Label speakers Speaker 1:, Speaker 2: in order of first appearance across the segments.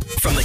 Speaker 1: the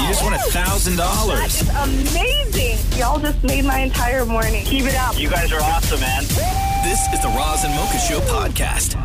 Speaker 1: You just won a thousand dollars.
Speaker 2: Amazing. Y'all just made my entire morning. Keep it up.
Speaker 3: You guys are awesome, man.
Speaker 1: This is the Roz and Mocha Show podcast.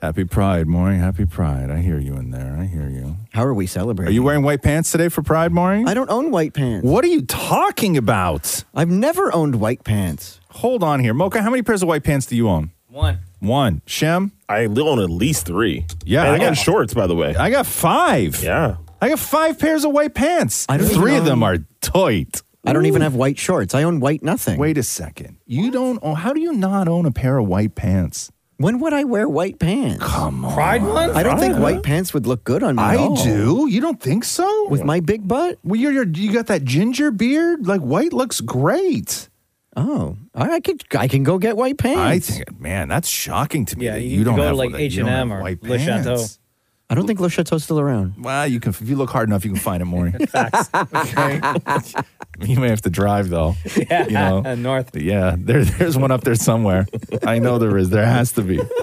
Speaker 4: Happy Pride, Maury. Happy Pride. I hear you in there. I hear you.
Speaker 5: How are we
Speaker 4: Are
Speaker 5: celebrating?
Speaker 4: you wearing white pants today for Pride, Maury?
Speaker 5: I don't own white pants.
Speaker 4: What are you talking about?
Speaker 5: I've never owned white pants.
Speaker 4: Hold on here. Mocha, how many pairs of white pants do you own?
Speaker 6: One.
Speaker 4: One. Shem?
Speaker 7: I own at least three.
Speaker 4: Yeah,
Speaker 7: And
Speaker 4: I
Speaker 7: I
Speaker 4: got-
Speaker 7: got shorts, by the way.
Speaker 4: I got five.
Speaker 7: Yeah.
Speaker 4: I got five pairs of white pants.
Speaker 5: I don't even
Speaker 4: Three of
Speaker 5: own-
Speaker 4: them are tight.
Speaker 5: I don't even have white shorts. I own white nothing.
Speaker 4: Wait a second. You don't own, how do you not own a pair of white pants?
Speaker 5: When would I wear white pants?
Speaker 6: Pride one?
Speaker 5: I don't think white pants would look good on me. at all.
Speaker 4: You don't think so?
Speaker 5: With my big butt?
Speaker 4: well, you're, you're, you got that ginger beard. Like, white looks great.
Speaker 5: Oh, I I could. I can go get white pants.
Speaker 4: I think, man, that's shocking to me.
Speaker 6: Yeah,
Speaker 4: that
Speaker 6: you
Speaker 4: you,
Speaker 6: could
Speaker 4: don't
Speaker 6: go to,
Speaker 4: have
Speaker 6: like,
Speaker 4: that you don't
Speaker 6: H&M
Speaker 4: have
Speaker 6: or
Speaker 4: white
Speaker 6: Le Chateau.
Speaker 4: pants.
Speaker 5: I don't think Le Chateau's still around.
Speaker 4: Well, you can if you look hard enough, you can find it, Maury. okay. you may have to drive though. Yeah. You know.
Speaker 6: North.
Speaker 4: Yeah. There, there's one up there somewhere. I know there is. There has to be.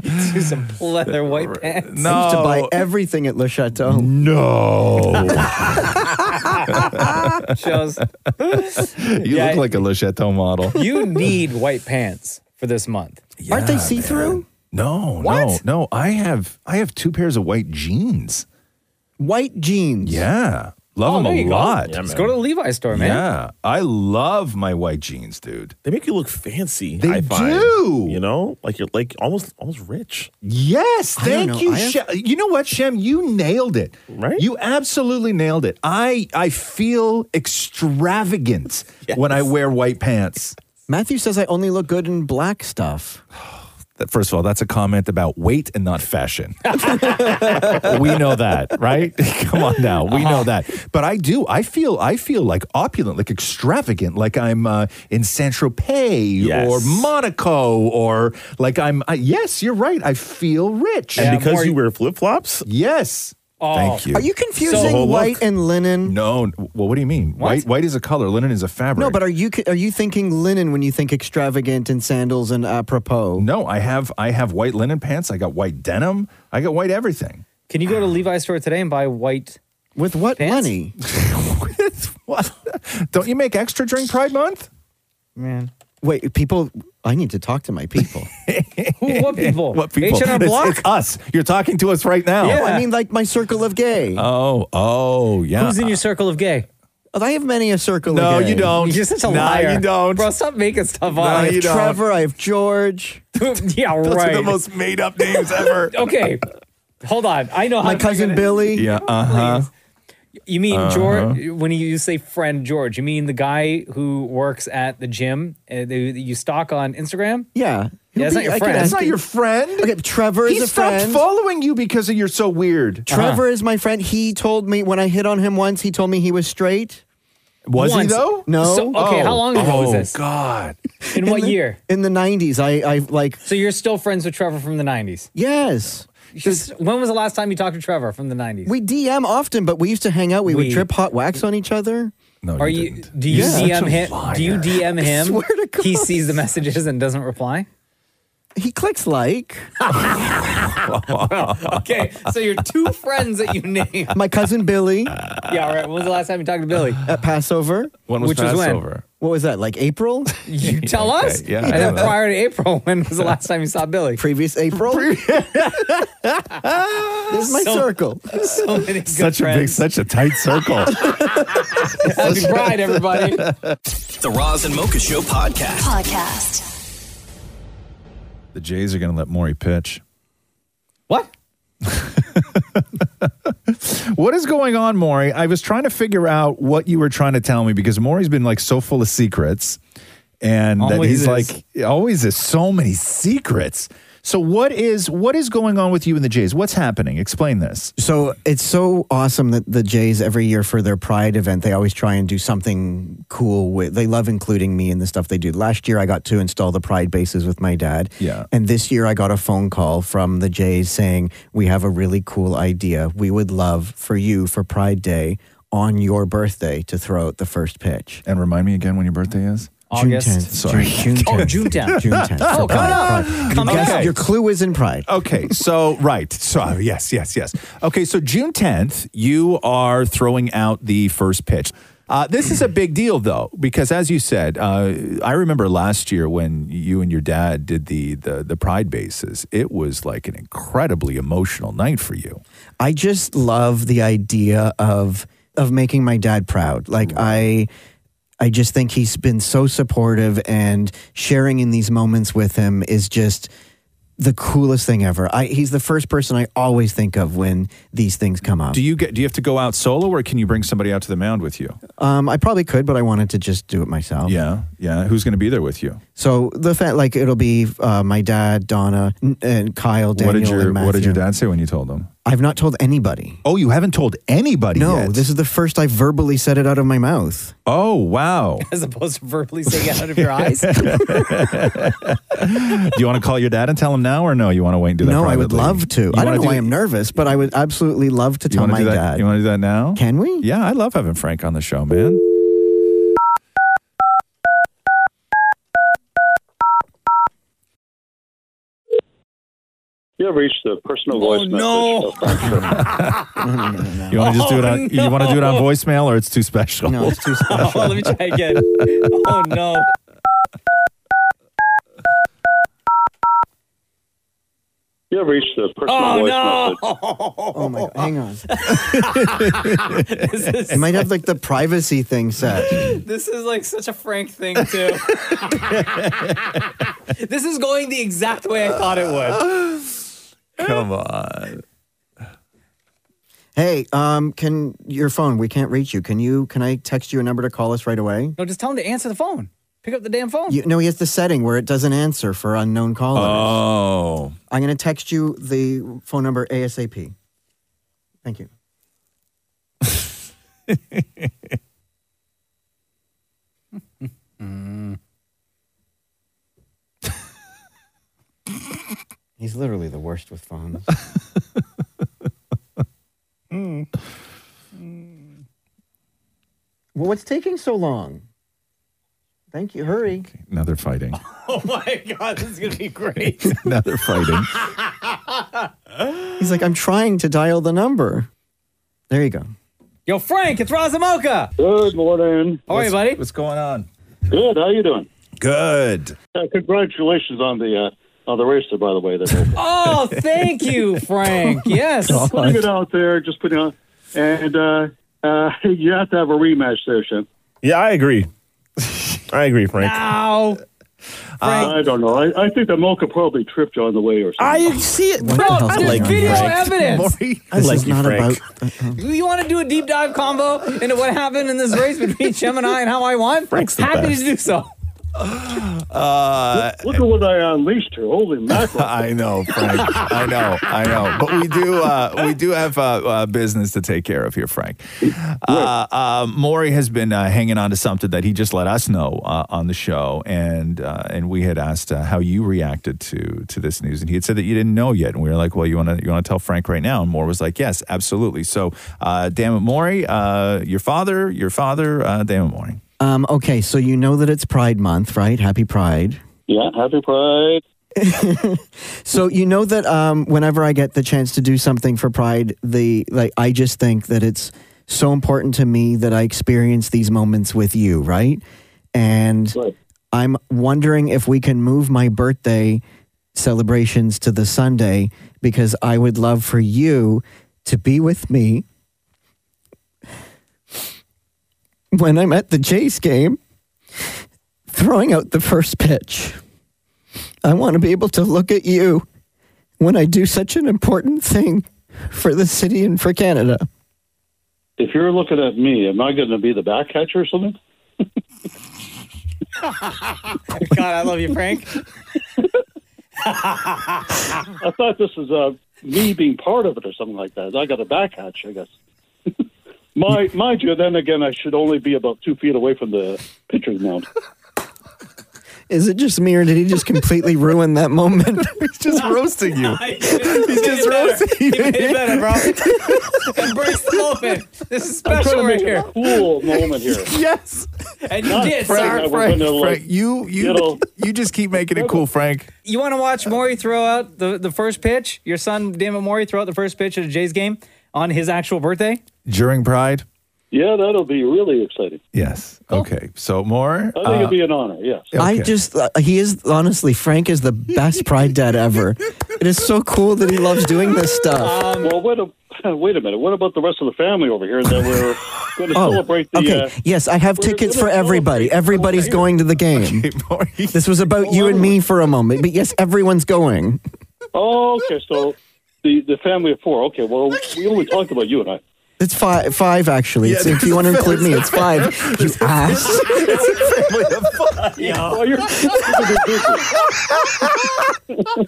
Speaker 6: Do some leather white pants.
Speaker 4: No.
Speaker 5: To buy everything at Le Chateau.
Speaker 4: no.
Speaker 6: Shows.
Speaker 4: you
Speaker 6: Yeah.
Speaker 4: look like a Le Chateau model.
Speaker 6: You need white pants for this month.
Speaker 5: Aren't they see through?
Speaker 4: No.
Speaker 6: What?
Speaker 4: No. No. I have I have two pairs of white jeans.
Speaker 5: White jeans.
Speaker 4: Yeah. Love them
Speaker 6: Oh, there you
Speaker 4: a
Speaker 6: go.
Speaker 7: Yeah,
Speaker 4: lot. Yeah.
Speaker 7: man.
Speaker 6: Let's go to the Levi's store, man.
Speaker 4: I love my white jeans, dude.
Speaker 7: They make you look fancy.
Speaker 4: They
Speaker 7: I find.
Speaker 4: do.
Speaker 7: You know, like you're like almost almost rich.
Speaker 4: Yes,
Speaker 5: I don't
Speaker 4: thank
Speaker 5: know.
Speaker 4: you,
Speaker 5: I have-
Speaker 4: Shem. You know what, Shem? You nailed it.
Speaker 7: Right?
Speaker 4: You absolutely nailed it. I I feel extravagant when I wear white pants.
Speaker 5: Matthew says I only look good in black stuff.
Speaker 4: That- First of all, that's a comment about weight and not fashion. we know that, right? Come on now, we know
Speaker 7: Uh-huh.
Speaker 4: that. But I do. I feel. I feel like opulent, like extravagant, like I'm uh, in Saint Tropez
Speaker 7: Yes.
Speaker 4: or Monaco, or like I'm. I, yes, you're right. I feel rich.
Speaker 7: And
Speaker 6: Yeah,
Speaker 7: because
Speaker 6: more-
Speaker 7: you wear flip flops,
Speaker 4: yes.
Speaker 6: Oh.
Speaker 4: Thank you.
Speaker 5: Are you confusing
Speaker 7: So-
Speaker 5: white and linen?
Speaker 4: No. n- Well, what do you mean? White white is a color. Linen is a fabric.
Speaker 5: No, but are you are you thinking linen when you think extravagant and sandals and apropos?
Speaker 4: no. I have I have white linen pants. I got white denim. I got white everything.
Speaker 6: Can you go to Levi's store today and buy white?
Speaker 5: With what
Speaker 6: Pants?
Speaker 5: money?
Speaker 4: what? Don't you make extra during Pride Month?
Speaker 6: Man.
Speaker 5: Wait, people. I need to talk to my people.
Speaker 6: Who, what people?
Speaker 4: What people?
Speaker 6: H&R
Speaker 4: It's-
Speaker 6: Block?
Speaker 4: It's, us. You're talking to us right now.
Speaker 6: Yeah.
Speaker 5: Oh, I mean, like my circle of gay.
Speaker 4: Oh. Oh. Yeah.
Speaker 6: Who's in your circle of gay?
Speaker 5: Oh, I have many a circle
Speaker 4: no,
Speaker 5: of gay.
Speaker 4: you don't.
Speaker 6: You're such a
Speaker 4: no,
Speaker 6: liar.
Speaker 4: you don't.
Speaker 6: Bro, stop making stuff up.
Speaker 4: No,
Speaker 5: I have
Speaker 4: you don't.
Speaker 5: Trevor. I have George.
Speaker 6: yeah,
Speaker 4: Those
Speaker 6: right.
Speaker 4: are the most made up names ever.
Speaker 6: okay. Hold on. I know how
Speaker 5: My
Speaker 6: to
Speaker 5: cousin
Speaker 6: figure this-
Speaker 5: Billy.
Speaker 4: Yeah. Uh huh.
Speaker 6: You mean George?
Speaker 4: Uh-huh.
Speaker 6: When you say friend George, you mean the guy who works at the gym and they, you stalk on Instagram?
Speaker 5: Yeah.
Speaker 6: Yeah, it's not your friend.
Speaker 4: That's not your friend.
Speaker 5: Okay, Trevor
Speaker 4: He
Speaker 5: is a
Speaker 4: stopped
Speaker 5: friend.
Speaker 4: following you because of you're so weird.
Speaker 6: Uh-huh.
Speaker 5: Trevor is my friend. He told me when I hit on him once, he told me he was straight.
Speaker 4: Was
Speaker 6: Once.
Speaker 4: he though? Oh,
Speaker 5: No.
Speaker 6: So, okay, how long ago was this?
Speaker 4: God.
Speaker 6: In what year?
Speaker 5: In the 90s, I, I like,
Speaker 6: So you're still friends with Trevor from the 90s?
Speaker 5: yes.
Speaker 6: Just- when was the last time you talked to Trevor from the 90s?
Speaker 5: We DM often, but we used to hang out. We,
Speaker 6: We-
Speaker 5: would trip hot wax on each other.
Speaker 4: No,
Speaker 6: Are you? Do you
Speaker 4: You're such
Speaker 6: DM
Speaker 4: a
Speaker 6: him? Do you
Speaker 4: liar.
Speaker 6: DM him?
Speaker 5: swear to
Speaker 6: He
Speaker 5: God.
Speaker 6: sees the messages and doesn't reply.
Speaker 5: He clicks like.
Speaker 6: Okay, so your two friends that you named.
Speaker 5: My cousin Billy
Speaker 6: Yeah, all right. When was the last time you talked to Billy?
Speaker 5: at Uh, Passover.
Speaker 4: When was
Speaker 6: Which was when?
Speaker 4: Passover?
Speaker 5: What was that? Like April?
Speaker 6: You tell
Speaker 4: okay,
Speaker 6: us.
Speaker 4: yeah, I
Speaker 6: And then
Speaker 4: know that.
Speaker 6: prior to April, when was the last time you saw Billy?
Speaker 5: Previous April? Ah, this is my
Speaker 6: So-
Speaker 5: circle.
Speaker 6: So many good
Speaker 4: Such a big,
Speaker 6: friends.
Speaker 4: such a tight circle.
Speaker 6: Happy Pride, everybody.
Speaker 1: The Roz and Mocha Show podcast.
Speaker 8: Podcast.
Speaker 4: the Jays are going to let Maury pitch.
Speaker 6: What?
Speaker 4: What is going on, Maury? I was trying to figure out what you were trying to tell me because Maury's been like so full of secrets, and that
Speaker 6: Always
Speaker 4: he's
Speaker 6: is.
Speaker 4: like always is so many secrets. So what is what is going on with you and the Jays? What's happening? Explain this.
Speaker 5: So it's so awesome that the Jays every year for their Pride event, they always try and do something cool with. They love including me in the stuff they do. Last year, I got to install the Pride bases with my dad.
Speaker 4: Yeah.
Speaker 5: And this year, I got a phone call from the Jays saying we have a really cool idea. We would love for you for Pride Day on your birthday to throw out the first pitch.
Speaker 4: And remind me again when your birthday is.
Speaker 6: August.
Speaker 5: June 10th.
Speaker 4: Sorry.
Speaker 5: June, June 10th.
Speaker 6: Oh, June 10th.
Speaker 5: June 10th.
Speaker 6: Oh,
Speaker 5: for
Speaker 6: come
Speaker 5: Pride.
Speaker 6: on.
Speaker 5: Pride.
Speaker 6: Come
Speaker 5: You guessed-
Speaker 4: on.
Speaker 5: Your clue is in Pride.
Speaker 4: Okay, so right. So uh, yes, yes, yes. Okay, so June 10th, you are throwing out the first pitch. Uh, this is a big deal, though, because as you said, uh, I remember last year when you and your dad did the, the the pride bases. It was like an incredibly emotional night for you.
Speaker 5: I just love the idea of of making my dad proud. Like
Speaker 4: Mm.
Speaker 5: I I just think he's been so supportive and sharing in these moments with him is just the coolest thing ever. I he's the first person I always think of when these things come up.
Speaker 4: Do you get? Do you have to go out solo, or can you bring somebody out to the mound with you?
Speaker 5: um I probably could, but I wanted to just do it myself.
Speaker 4: Yeah, yeah. Who's going to be there with you?
Speaker 5: So the fact like it'll be uh, my dad, Donna, n- and Kyle, Daniel,
Speaker 4: what did your
Speaker 5: and Matthew.
Speaker 4: What did your dad say when you told him?
Speaker 5: I've not told anybody.
Speaker 4: Oh, you haven't told anybody.
Speaker 5: No,
Speaker 4: yet.
Speaker 5: this is the first I've verbally said it out of my mouth.
Speaker 4: Oh, wow.
Speaker 6: As opposed to verbally saying it out of your eyes.
Speaker 4: do you want to call your dad and tell him now, or no? You want to wait and do that?
Speaker 5: no, I would
Speaker 4: privately?
Speaker 5: love to.
Speaker 4: You
Speaker 5: I don't
Speaker 4: wanna
Speaker 5: know
Speaker 4: do-
Speaker 5: why I'm nervous, but I would absolutely love to
Speaker 4: You
Speaker 5: tell
Speaker 4: want to
Speaker 5: my
Speaker 4: do that?
Speaker 5: dad.
Speaker 4: You want to do that now?
Speaker 5: Can we?
Speaker 4: Yeah, I love having Frank on the show, man.
Speaker 9: You have reached the personal
Speaker 6: Oh,
Speaker 9: voice message.
Speaker 6: no.
Speaker 9: of Frank Sherman.
Speaker 4: You want to just do it
Speaker 6: Oh,
Speaker 4: on? You want to do it on
Speaker 6: no.
Speaker 4: voicemail, or it's too special?
Speaker 5: No, it's too
Speaker 6: oh,
Speaker 5: special.
Speaker 6: let me try again. Oh, no.
Speaker 9: you have reached the personal voice
Speaker 6: Oh, no.
Speaker 5: Oh
Speaker 9: message.
Speaker 5: my god! Hang on.
Speaker 6: This is,
Speaker 5: It might have like the privacy thing set.
Speaker 6: this is like such a Frank thing, too. this is going the exact way I thought it would.
Speaker 4: Come on.
Speaker 5: Hey, um, can your phone? We can't reach you. Can you? Can I text you a number to call us right away?
Speaker 6: No, just tell him to answer the phone. Pick up the damn phone.
Speaker 5: You, no, he has the setting where it doesn't answer for unknown
Speaker 4: Oh,
Speaker 5: callers. I'm going to text you the phone number ASAP. Thank you. He's literally the worst with phones. Well, what's taking so long? Thank you. Hurry.
Speaker 4: now they're fighting.
Speaker 6: Oh, my God. This is going to be great.
Speaker 4: now they're fighting.
Speaker 5: He's like, I'm trying to dial the number. There you go.
Speaker 6: Yo, Frank, it's Razamoka.
Speaker 9: Good morning.
Speaker 6: How are you, buddy?
Speaker 4: What's going on?
Speaker 9: Good. How you doing?
Speaker 4: Good.
Speaker 9: Uh, congratulations on the uh, on the racer, by the way. That opened.
Speaker 6: Oh, thank you, Frank. Yes.
Speaker 9: putting it out there, just putting it out, and uh, uh, you have to have a rematch there, Shem.
Speaker 7: Yeah, I agree. I agree, Frank.
Speaker 6: Ow.
Speaker 9: I don't know. I, I think the mocha probably tripped you on the way or something.
Speaker 7: I see it.
Speaker 5: What the
Speaker 6: Bro,
Speaker 5: hell's
Speaker 6: there's
Speaker 5: going on,
Speaker 6: video
Speaker 5: Frank?
Speaker 6: evidence.
Speaker 7: I
Speaker 5: This
Speaker 7: like
Speaker 5: is
Speaker 7: you,
Speaker 5: not
Speaker 7: Frank.
Speaker 5: about.
Speaker 6: You want to do a deep dive combo into what happened in this race between Gemini and how I won?
Speaker 7: Frank's the
Speaker 6: Happy
Speaker 7: best.
Speaker 6: to do so. Uh,
Speaker 9: Look at what I unleashed here. Holy mackerel!
Speaker 4: I know, Frank. I know, I know. But we do, uh, we do have uh, uh, business to take care of here, Frank. Uh, uh, Maury has been uh, hanging on to something that he just let us know uh, on the show, and uh, and we had asked uh, how you reacted to to this news, and he had said that you didn't know yet, and we were like, well, you want to you want to tell Frank right now, and Moore was like, yes, absolutely. So, uh, damn it, Maury, uh, your father, your father, uh, damn it, Maury.
Speaker 5: Um, okay, so you know that it's Pride Month, right? Happy Pride.
Speaker 9: yeah, happy Pride.
Speaker 5: So you know that um, whenever I get the chance to do something for Pride, the like I just think that it's so important to me that I experience these moments with you, right? And
Speaker 9: Right.
Speaker 5: I'm wondering if we can move my birthday celebrations to the Sunday because I would love for you to be with me when I'm at the Jays game throwing out the first pitch. I want to be able to look at you when I do such an important thing for the city and for Canada.
Speaker 9: If you're looking at me, am I going to be the back catcher or something?
Speaker 6: God, I love you, Frank.
Speaker 9: I thought this was uh, me being part of it or something like that. I got a back hatch, I guess. My, mind you, then again, I should only be about two feet away from the pitcher's mound.
Speaker 5: Is it just me, or did he just completely ruin that moment?
Speaker 4: He's just roasting you.
Speaker 6: He's
Speaker 4: just roasting
Speaker 6: He made it better, bro. Embrace the moment. This is special right
Speaker 9: Make a
Speaker 6: here.
Speaker 9: cool moment here.
Speaker 4: yes.
Speaker 6: And you did,
Speaker 9: Frank.
Speaker 6: sir.
Speaker 9: I
Speaker 4: Frank,
Speaker 9: was
Speaker 4: Frank,
Speaker 9: gonna, like,
Speaker 4: Frank, you you
Speaker 9: little-
Speaker 4: you just keep making it cool, Frank.
Speaker 6: You want to watch Maury throw out the, the first pitch? Your son, Damon Maury, throw out the first pitch at a Jays game on his actual birthday?
Speaker 4: During Pride?
Speaker 9: Yeah, that'll be really exciting.
Speaker 4: Yes.
Speaker 5: Oh.
Speaker 4: Okay. So more
Speaker 9: I think it'll be an honor, yes.
Speaker 5: I
Speaker 4: Okay.
Speaker 5: just, uh, he is, honestly, Frank is the best pride dad ever. It is so cool that he loves doing this stuff.
Speaker 9: Um, well, wait a, wait a minute. What about the rest of the family over here that we're going
Speaker 4: Oh.
Speaker 9: to celebrate the.
Speaker 5: Oh, okay.
Speaker 9: Uh,
Speaker 5: yes, I have
Speaker 9: we're
Speaker 5: tickets
Speaker 9: gonna
Speaker 5: for everybody.
Speaker 9: celebrate.
Speaker 5: Everybody's
Speaker 9: Okay.
Speaker 5: going to the game.
Speaker 4: Maury.
Speaker 5: This was about you and me for a moment, but yes, everyone's going.
Speaker 9: oh, okay, so the, the family of four. Okay, well, we only talked about you and I.
Speaker 5: It's five, five actually. It's- if you want to include me, it's five. You ass.
Speaker 9: Well, you're,
Speaker 6: Yo,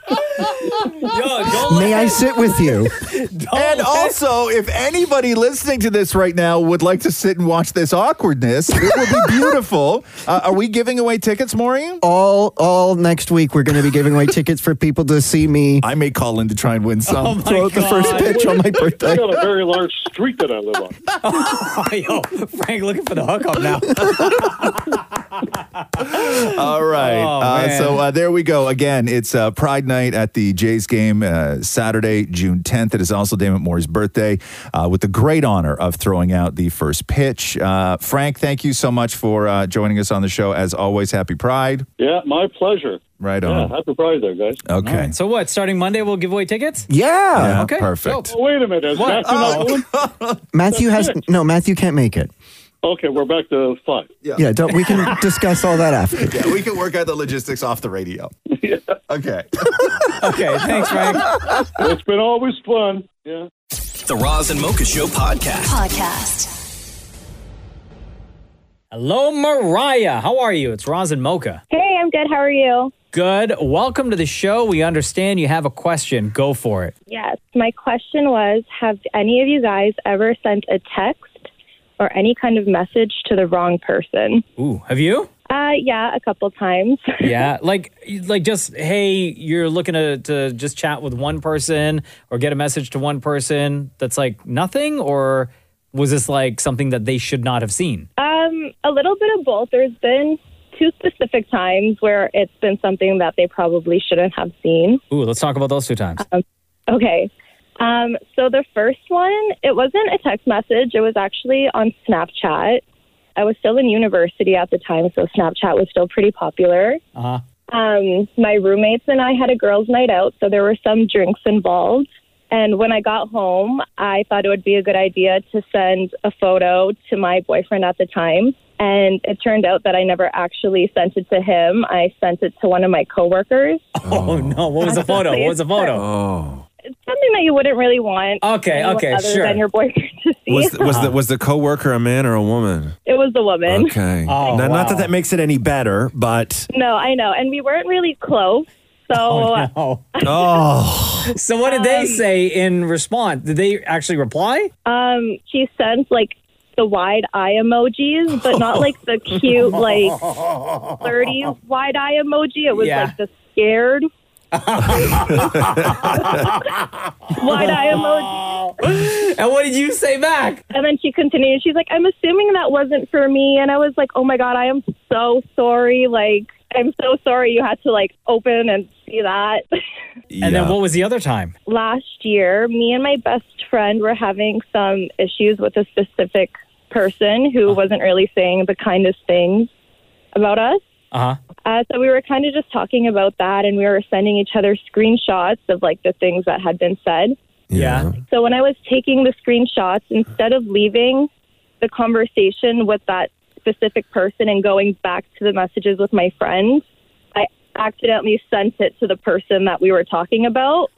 Speaker 6: don't
Speaker 5: May I sit with you? Oh.
Speaker 4: And also, if anybody listening to this right now would like to sit and watch this awkwardness, it would be beautiful. Uh, are we giving away tickets, Maureen?
Speaker 5: All, all next week, we're going to be giving away tickets for people to see me
Speaker 4: I may call in to try and win some.
Speaker 5: throw out the first
Speaker 6: Oh God.
Speaker 5: pitch on my birthday.
Speaker 9: I got a very large street that I live on.
Speaker 6: Yo, Frank looking for the hookup now.
Speaker 4: All right.
Speaker 6: Oh,
Speaker 4: uh,
Speaker 6: man.
Speaker 4: so uh, there we go. Again, it's uh, Pride Night at the Jays game uh, Saturday, June 10th. It is also Damon Moore's birthday uh, with the great honor of throwing out the first pitch. Uh, Frank, thank you so much for uh, joining us on the show. As always, happy Pride.
Speaker 9: Yeah, my pleasure.
Speaker 4: Right
Speaker 9: Yeah,
Speaker 4: on.
Speaker 9: happy Pride there, guys.
Speaker 4: Okay.
Speaker 6: All right, so what? Starting Monday, we'll give away tickets?
Speaker 5: Yeah.
Speaker 4: Yeah,
Speaker 6: okay,
Speaker 4: Perfect.
Speaker 6: dope.
Speaker 9: Oh, wait a minute. Is Matthew
Speaker 6: Oh.
Speaker 9: not going?
Speaker 5: Matthew has no. Matthew can't make it.
Speaker 9: Okay, we're back to five.
Speaker 5: Yeah, don't, we can discuss all that after.
Speaker 4: Yeah, we can work out the logistics off the radio. Okay.
Speaker 6: Okay, thanks, Frank.
Speaker 9: It's been always fun. Yeah.
Speaker 1: The Roz and Mocha Show podcast.
Speaker 8: Podcast.
Speaker 6: Hello, Mariah. How are you? It's Roz and Mocha.
Speaker 2: Hey, I'm good. How are you?
Speaker 6: Good. Welcome to the show. We understand you have a question. Go for it.
Speaker 2: Yes. My question was Have any of you guys ever sent a text or any kind of message to the wrong person?
Speaker 6: Ooh, have you?
Speaker 2: Uh, yeah, a couple times.
Speaker 6: Yeah, like like just hey, you're looking to to just chat with one person or get a message to one person that's like nothing or was this like something that they should not have seen?
Speaker 2: Um, a little bit of both. There's been two specific times where it's been something that they probably shouldn't have seen.
Speaker 6: Ooh, let's talk about those two times.
Speaker 2: Okay. Um, so the first one, it wasn't a text message. It was actually on Snapchat. I was still in university at the time, so Snapchat was still pretty popular.
Speaker 6: Uh-huh.
Speaker 2: Um, my roommates and I had a girls' night out, so there were some drinks involved. And when I got home, I thought it would be a good idea to send a photo to my boyfriend at the time. And it turned out that I never actually sent it to him. I sent it to one of my coworkers.
Speaker 6: Oh, no, what was the photo? What was the photo?
Speaker 2: It's something that you wouldn't really want.
Speaker 6: Okay,
Speaker 2: anyone
Speaker 6: okay,
Speaker 2: other
Speaker 6: sure.
Speaker 2: Than your boyfriend to
Speaker 4: Oh.
Speaker 2: see.
Speaker 7: Was was the was the coworker a man or a woman?
Speaker 2: it was the woman.
Speaker 7: Okay. now,
Speaker 6: Oh, wow.
Speaker 7: Not that that makes it any better, but
Speaker 2: No, I know, and we weren't really close. So
Speaker 6: Oh.
Speaker 7: oh,
Speaker 6: So what did they say in response? Did they actually reply?
Speaker 2: Um, she sends like the wide eye emojis, but not like the cute, like flirty wide eye emoji. It was
Speaker 6: Yeah.
Speaker 2: like the scared wide eye emoji.
Speaker 6: And what did you say back?
Speaker 2: And then she continued. She's like, "I'm assuming that wasn't for me." And I was like, "Oh my god, I am so sorry. Like, I'm so sorry you had to like open and see that."
Speaker 6: And then what was the other time?
Speaker 2: last year, me and my best friend were having some issues with a specific person who wasn't really saying the kindest things about us.
Speaker 6: Uh-huh.
Speaker 2: Uh, so we were kind of just talking about that, and we were sending each other screenshots of like the things that had been said.
Speaker 6: Yeah.
Speaker 2: So when I was taking the screenshots, instead of leaving the conversation with that specific person and going back to the messages with my friend, I accidentally sent it to the person that we were talking about.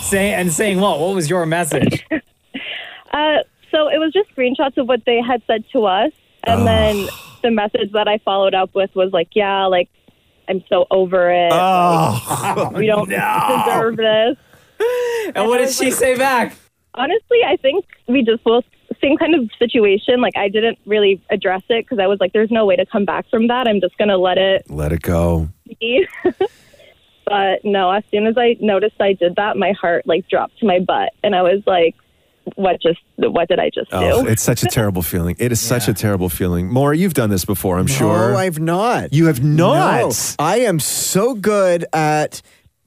Speaker 6: Say and saying what? What was your message?
Speaker 2: Uh, so it was just screenshots of what they had said to us, and then the message that I followed up with was like, "Yeah, like I'm so over it. Like, we don't deserve this.
Speaker 6: And what did she say back?
Speaker 2: Honestly, I think we just both same kind of situation. Like I didn't really address it because I was like, "There's no way to come back from that. I'm just gonna let it
Speaker 4: Let it go.
Speaker 2: be." but no, as soon as I noticed I did that, my heart like dropped to my butt, and I was like, "What just? What did I just
Speaker 4: Oh,
Speaker 2: do?"
Speaker 4: it's such a terrible feeling. It is such a terrible feeling. More, you've done this before, I'm sure.
Speaker 5: No, I've not.
Speaker 4: You have not.
Speaker 5: No. I am so good at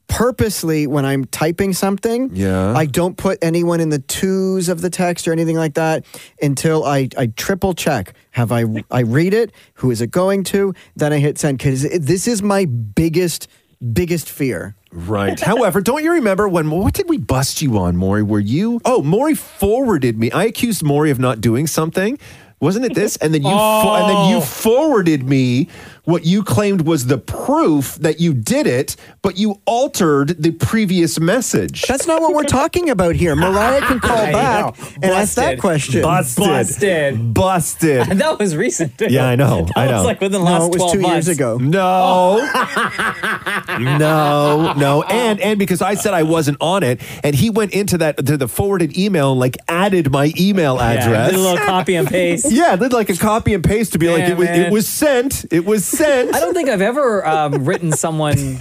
Speaker 5: purposely when I'm typing something.
Speaker 4: Yeah.
Speaker 5: I don't put anyone in the twos of the text or anything like that until I, I triple check. Have I I read it? Who is it going to? Then I hit send because this is my biggest biggest fear.
Speaker 4: Right. However, don't you remember when what did we bust you on, Maury? Were you Oh, Maury forwarded me. I accused Maury of not doing something. Wasn't it this? And then you fo- and then you
Speaker 5: Oh.
Speaker 4: forwarded me what you claimed was the proof that you did it, but you altered the previous message.
Speaker 5: That's not what we're talking about here. Mariah can call
Speaker 6: I
Speaker 5: back
Speaker 6: know.
Speaker 5: and ask that
Speaker 6: Busted.
Speaker 5: question.
Speaker 4: busted.
Speaker 6: Busted.
Speaker 4: Busted.
Speaker 6: And that was recent. Too.
Speaker 4: Yeah, I know,
Speaker 6: That
Speaker 4: I know.
Speaker 6: was like within the last
Speaker 5: no, it was
Speaker 6: 12
Speaker 5: two
Speaker 6: months.
Speaker 5: years ago.
Speaker 4: No. no, no. And and because I said I wasn't on it, and he went into that to the forwarded email and like added my email
Speaker 6: Yeah,
Speaker 4: address.
Speaker 6: did a little copy and paste.
Speaker 4: Yeah, they'd like a copy and paste to be like,
Speaker 6: Yeah,
Speaker 4: it, was, it
Speaker 6: man.
Speaker 4: was sent. It was sent.
Speaker 6: I don't think I've ever um, written someone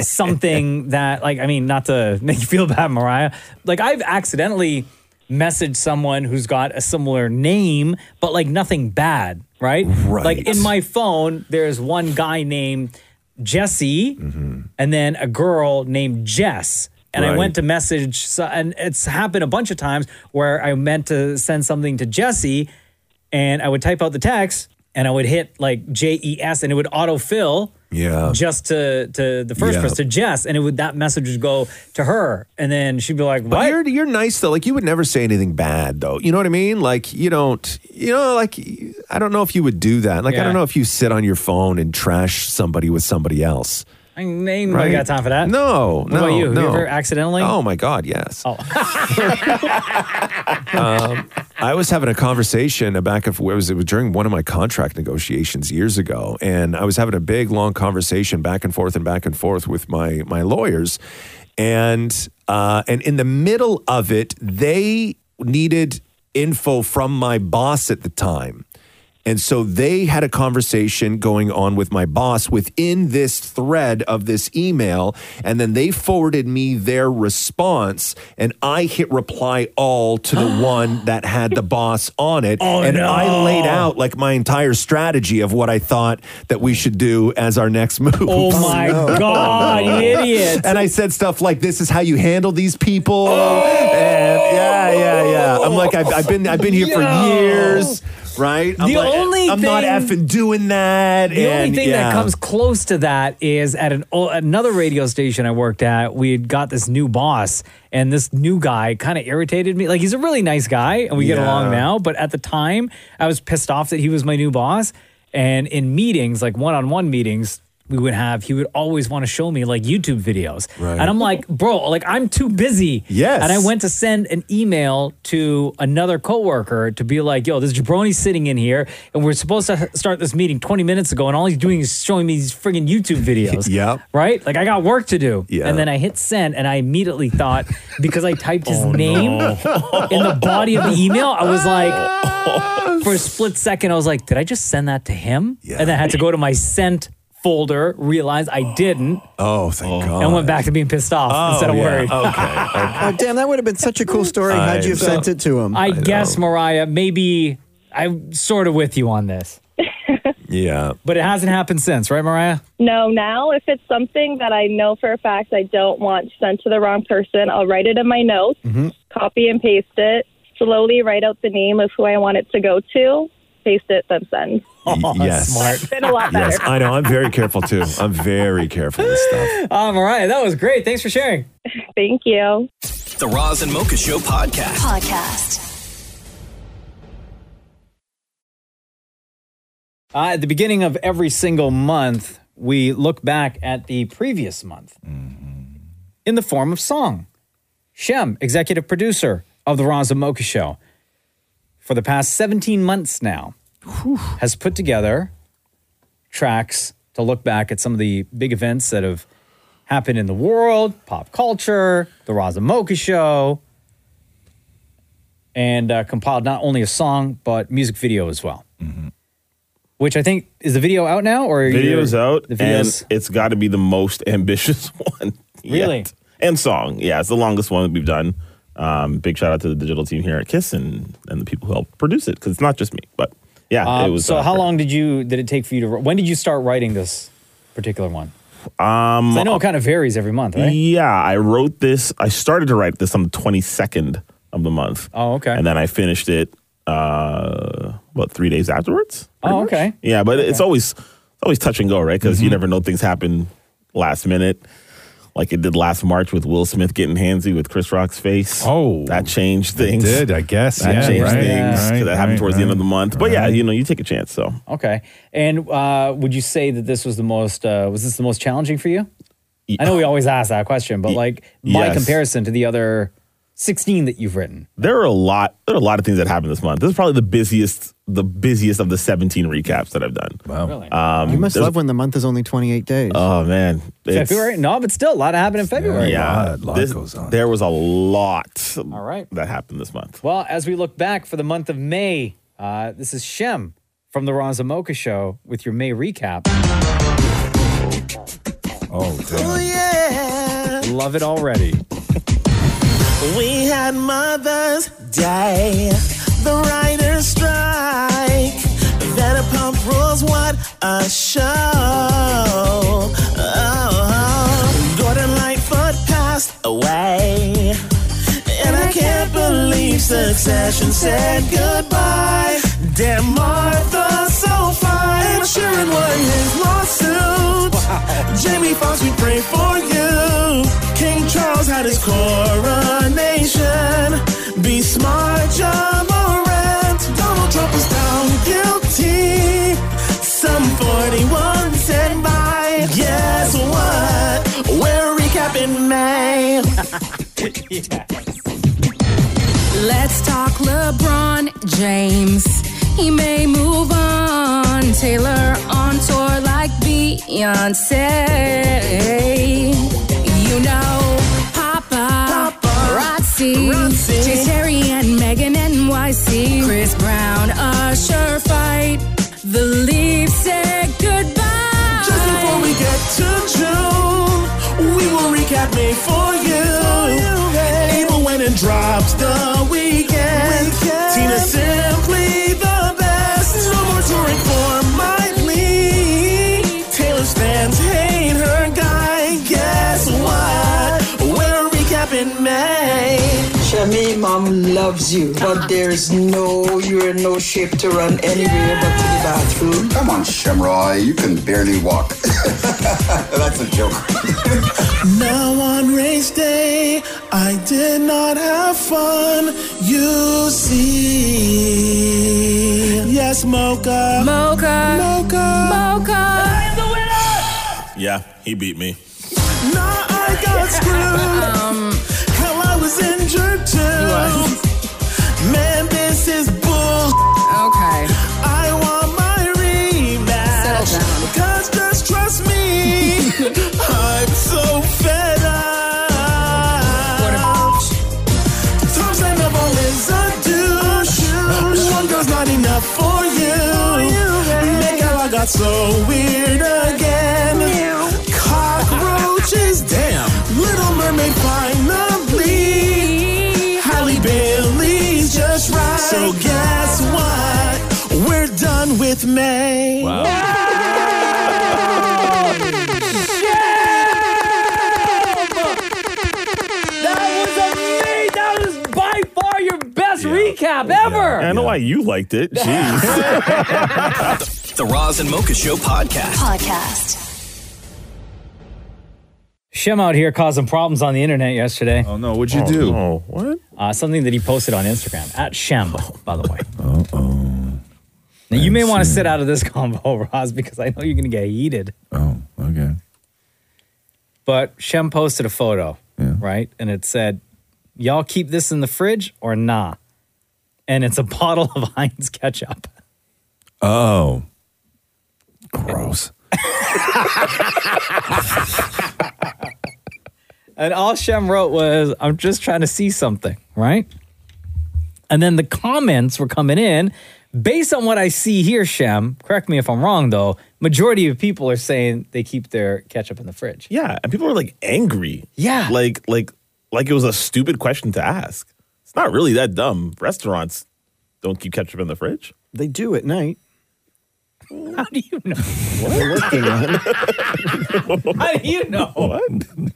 Speaker 6: something that, like, I mean, not to make you feel bad, Mariah. Like, I've accidentally messaged someone who's got a similar name, but like nothing bad, right?
Speaker 4: Right.
Speaker 6: Like in my phone, there's one guy named Jesse, and then a girl named Jess. And I
Speaker 4: Right.
Speaker 6: went to message, so- and it's happened a bunch of times where I meant to send something to Jesse, and I would type out the text, and I would hit like J E S, and it would autofill
Speaker 4: Yeah.
Speaker 6: just to to the first
Speaker 4: Yeah.
Speaker 6: person, to Jess, and it would that message would go to her, and then she'd be like,
Speaker 4: But
Speaker 6: "What?"
Speaker 4: you're, you're nice though. Like you would never say anything bad though. You know what I mean? Like you don't. You know, like I don't know if you would do that. Like I
Speaker 6: Yeah.
Speaker 4: don't know if you sit on your phone and trash somebody with somebody else.
Speaker 6: I ain't
Speaker 4: Right?
Speaker 6: nobody got time for that.
Speaker 4: No.
Speaker 6: What
Speaker 4: no.
Speaker 6: about you? Have
Speaker 4: No.
Speaker 6: you ever accidentally?
Speaker 4: Oh my God! Yes. Oh. I was having a conversation uh, back of it was it was during one of my contract negotiations years ago, and I was having a big long conversation back and forth and back and forth with my my lawyers, and uh, and in the middle of it, they needed info from my boss at the time. And so they had a conversation going on with my boss within this thread of this email. And then they forwarded me their response. And I hit reply all to the one that had the boss on it.
Speaker 6: Oh,
Speaker 4: and I laid out like my entire strategy of what I thought that we should do as our next move.
Speaker 6: Oh my god, you idiot! Oh.
Speaker 4: And I said stuff like, "This is how you handle these people." And yeah, yeah, yeah. I'm like, I've, I've been, I've been here
Speaker 6: Yo.
Speaker 4: for years, right? I'm
Speaker 6: The
Speaker 4: like,
Speaker 6: only
Speaker 4: I'm not
Speaker 6: thing-
Speaker 4: effing doing that.
Speaker 6: The only
Speaker 4: and
Speaker 6: thing
Speaker 4: yeah.
Speaker 6: that comes close to that is at an oh, another radio station I worked at. We had got this new boss, and this new guy kind of irritated me. Like he's a really nice guy, and we get
Speaker 4: Yeah.
Speaker 6: along now. But at the time, I was pissed off that he was my new boss. And in meetings, like one-on-one meetings, we would have. He would always want to show me like YouTube videos,
Speaker 4: Right.
Speaker 6: and I'm like, bro, like I'm too busy.
Speaker 4: Yes.
Speaker 6: And I went to send an email to another coworker to be like, yo, this jabroni's sitting in here and we're supposed to h- start this meeting 20 minutes ago and all he's doing is showing me these friggin' YouTube videos.
Speaker 4: Yep.
Speaker 6: Right? Like I got work to do.
Speaker 4: Yeah.
Speaker 6: And then I hit send and I immediately thought because I typed his
Speaker 4: Oh,
Speaker 6: name in the body of the email, I was like, for a split second, I was like, did I just send that to him?
Speaker 4: Yeah.
Speaker 6: And then I had to go to my sent folder, realize I didn't,
Speaker 4: Oh, thank God.
Speaker 6: and went back to being pissed off
Speaker 4: Oh,
Speaker 6: instead of
Speaker 4: yeah.
Speaker 6: worried.
Speaker 4: Okay. okay.
Speaker 5: Oh, damn, that would have been such a cool story had you have sent it to him.
Speaker 6: I, guess, Mariah, maybe I'm sort of with you on this,
Speaker 4: Yeah.
Speaker 6: but it hasn't happened since, right, Mariah?
Speaker 2: No, now if it's something that I know for a fact I don't want sent to the wrong person, I'll write it in my notes, copy and paste it, slowly write out the name of who I want it to go to, paste it, then send.
Speaker 4: Y- yes.
Speaker 6: Smart.
Speaker 2: Been a lot better.
Speaker 4: Yes, I know. I'm very careful too. I'm very careful with stuff.
Speaker 6: Oh, Mariah, that was great. Thanks for sharing.
Speaker 2: Thank you.
Speaker 10: The Roz and Mocha Show podcast.
Speaker 8: Podcast.
Speaker 6: Uh, at the beginning of every single month, we look back at the previous month in the form of song. Shem, executive producer of The Roz and Mocha Show, for the past 17 months now, has put together tracks to look back at some of the big events that have happened in the world, pop culture, the Raza Mocha Show, and uh, compiled not only a song but music video as well.
Speaker 11: Mm-hmm.
Speaker 6: Which I think is the video out now, or
Speaker 11: videos
Speaker 6: you're-
Speaker 11: out,
Speaker 6: The videos.
Speaker 11: and it's got to be the most ambitious one. yet.
Speaker 6: Really?
Speaker 11: And song, yeah, it's the longest one that we've done. Um, big shout out to the digital team here at Kiss and and the people who helped produce it because it's not just me, but yeah,
Speaker 6: Uh,
Speaker 11: it was.
Speaker 6: so
Speaker 11: uh,
Speaker 6: how long did you did it take for you to? When did you start writing this particular one?
Speaker 11: Um,
Speaker 6: 'Cause I know it kind of varies every month, right?
Speaker 11: Yeah, I wrote this. I started to write this on the twenty second of the month.
Speaker 6: Oh, okay.
Speaker 11: And then I finished it uh, about three days afterwards. pretty
Speaker 6: Oh,
Speaker 11: much.
Speaker 6: okay.
Speaker 11: Yeah, but it's always it's always touch and go, right? Because
Speaker 4: Mm-hmm.
Speaker 11: you never know things happen last minute, like it did last March with Will Smith getting handsy with Chris Rock's face.
Speaker 4: Oh.
Speaker 11: that changed things.
Speaker 4: did, I guess.
Speaker 11: That
Speaker 4: yeah,
Speaker 11: changed
Speaker 4: right,
Speaker 11: things. 'cause
Speaker 4: right,
Speaker 11: that happened
Speaker 4: right,
Speaker 11: towards the end of the
Speaker 4: right.
Speaker 11: month. But yeah, you know, you take a chance. So
Speaker 6: Okay. And uh, would you say that this was the most uh, was this the most challenging for you? I know we always ask that question, but like by
Speaker 11: yes.
Speaker 6: comparison to the other 16 that you've written.
Speaker 11: there are a lot there are a lot of things that happened this month. This is probably the busiest the busiest of the 17 recaps that I've done.
Speaker 4: Wow.
Speaker 6: Really?
Speaker 11: Um,
Speaker 5: You must
Speaker 11: there's-
Speaker 5: love when the month is only 28 days.
Speaker 11: Oh man, It's-
Speaker 6: February? No, but still a lot happened in February.
Speaker 11: Yeah,
Speaker 4: lot- lot
Speaker 11: this-
Speaker 4: goes on.
Speaker 11: There was a lot.
Speaker 6: All right.
Speaker 11: that happened this month.
Speaker 6: Well, as we look back for the month of May, uh, this is Shem from the Ron Zamoka show with your May recap.
Speaker 4: Oh, damn.
Speaker 6: Love it already.
Speaker 1: We had Mother's Day, the writer's strike, then a pump rules, what a show. Oh, Gordon Lightfoot passed away, and I can't believe Succession said goodbye. Damn Martha, so fine. Ed Sheeran won his lawsuit. Jamie Foxx, we pray for you. King Charles had his coronation. Be smart, John Morant. Donald Trump was found guilty. Some 41 said by. Guess what? We're recapping May.
Speaker 12: Let's talk LeBron James. He may move on. Taylor on tour like Beyonce. You know, Papa, Paparazzi,
Speaker 1: Paparazzi.
Speaker 12: Chase Terry and Megan NYC, Chris Brown, Usher fight. The Leafs said goodbye.
Speaker 1: Just before we get to June, we will recap May for you. Abel went and dropped the weekend. Tina simply the best. No more touring for my league. Taylor's fans hate her guy. Guess what? We're recapping May.
Speaker 3: Shami, mom loves you, but there's no, you're in no shape to run anywhere but to the bathroom.
Speaker 13: Come on, Shamroy, you can barely walk. That's a joke.
Speaker 1: Now on race day, I did not have fun. You see, yes, Mocha.
Speaker 12: Mocha,
Speaker 1: Mocha.
Speaker 12: Mocha.
Speaker 11: Yeah, he beat me.
Speaker 1: No, I got screwed.
Speaker 12: Um,
Speaker 1: Hell, I was injured too. Man, this is bull.
Speaker 12: Okay.
Speaker 1: I want my rematch.
Speaker 12: Settle down.
Speaker 1: Cause just trust me, I'm so fed up. Tom Sandoval is a douche. One girl's not enough for you. Make I got so weird again. Cockroaches, damn. Little Mermaid finally. Halle Bailey's just right. So guess what? We're done with May.
Speaker 6: That was by far your best recap ever.
Speaker 11: I know why you liked it. Jeez.
Speaker 1: The Roz and Mocha Show podcast.
Speaker 8: Podcast.
Speaker 6: Shem out here causing problems on the internet yesterday.
Speaker 4: Oh, no. What'd you do?
Speaker 11: Oh, what?
Speaker 6: Uh, something that he posted on Instagram at Shem, by the way. Uh oh. Now you may want to sit out of this combo, Roz, because I know you're going to get heated.
Speaker 4: Oh, okay.
Speaker 6: But Shem posted a photo,
Speaker 4: Yeah.
Speaker 6: right? And it said, "Y'all keep this in the fridge or nah?" And it's a bottle of Heinz ketchup.
Speaker 4: Oh, gross.
Speaker 6: And all Shem wrote was, I'm just trying to see something, right? And then the comments were coming in. Based on what I see here, Shem, correct me if I'm wrong though, majority of people are saying they keep their ketchup in the fridge.
Speaker 11: Yeah. And people were like angry. Yeah. Like like like it was a stupid question to ask. It's not really that dumb. Restaurants don't keep ketchup in the fridge.
Speaker 5: They do at night.
Speaker 6: How do you know?
Speaker 5: What? I worked in
Speaker 6: one. How do you know?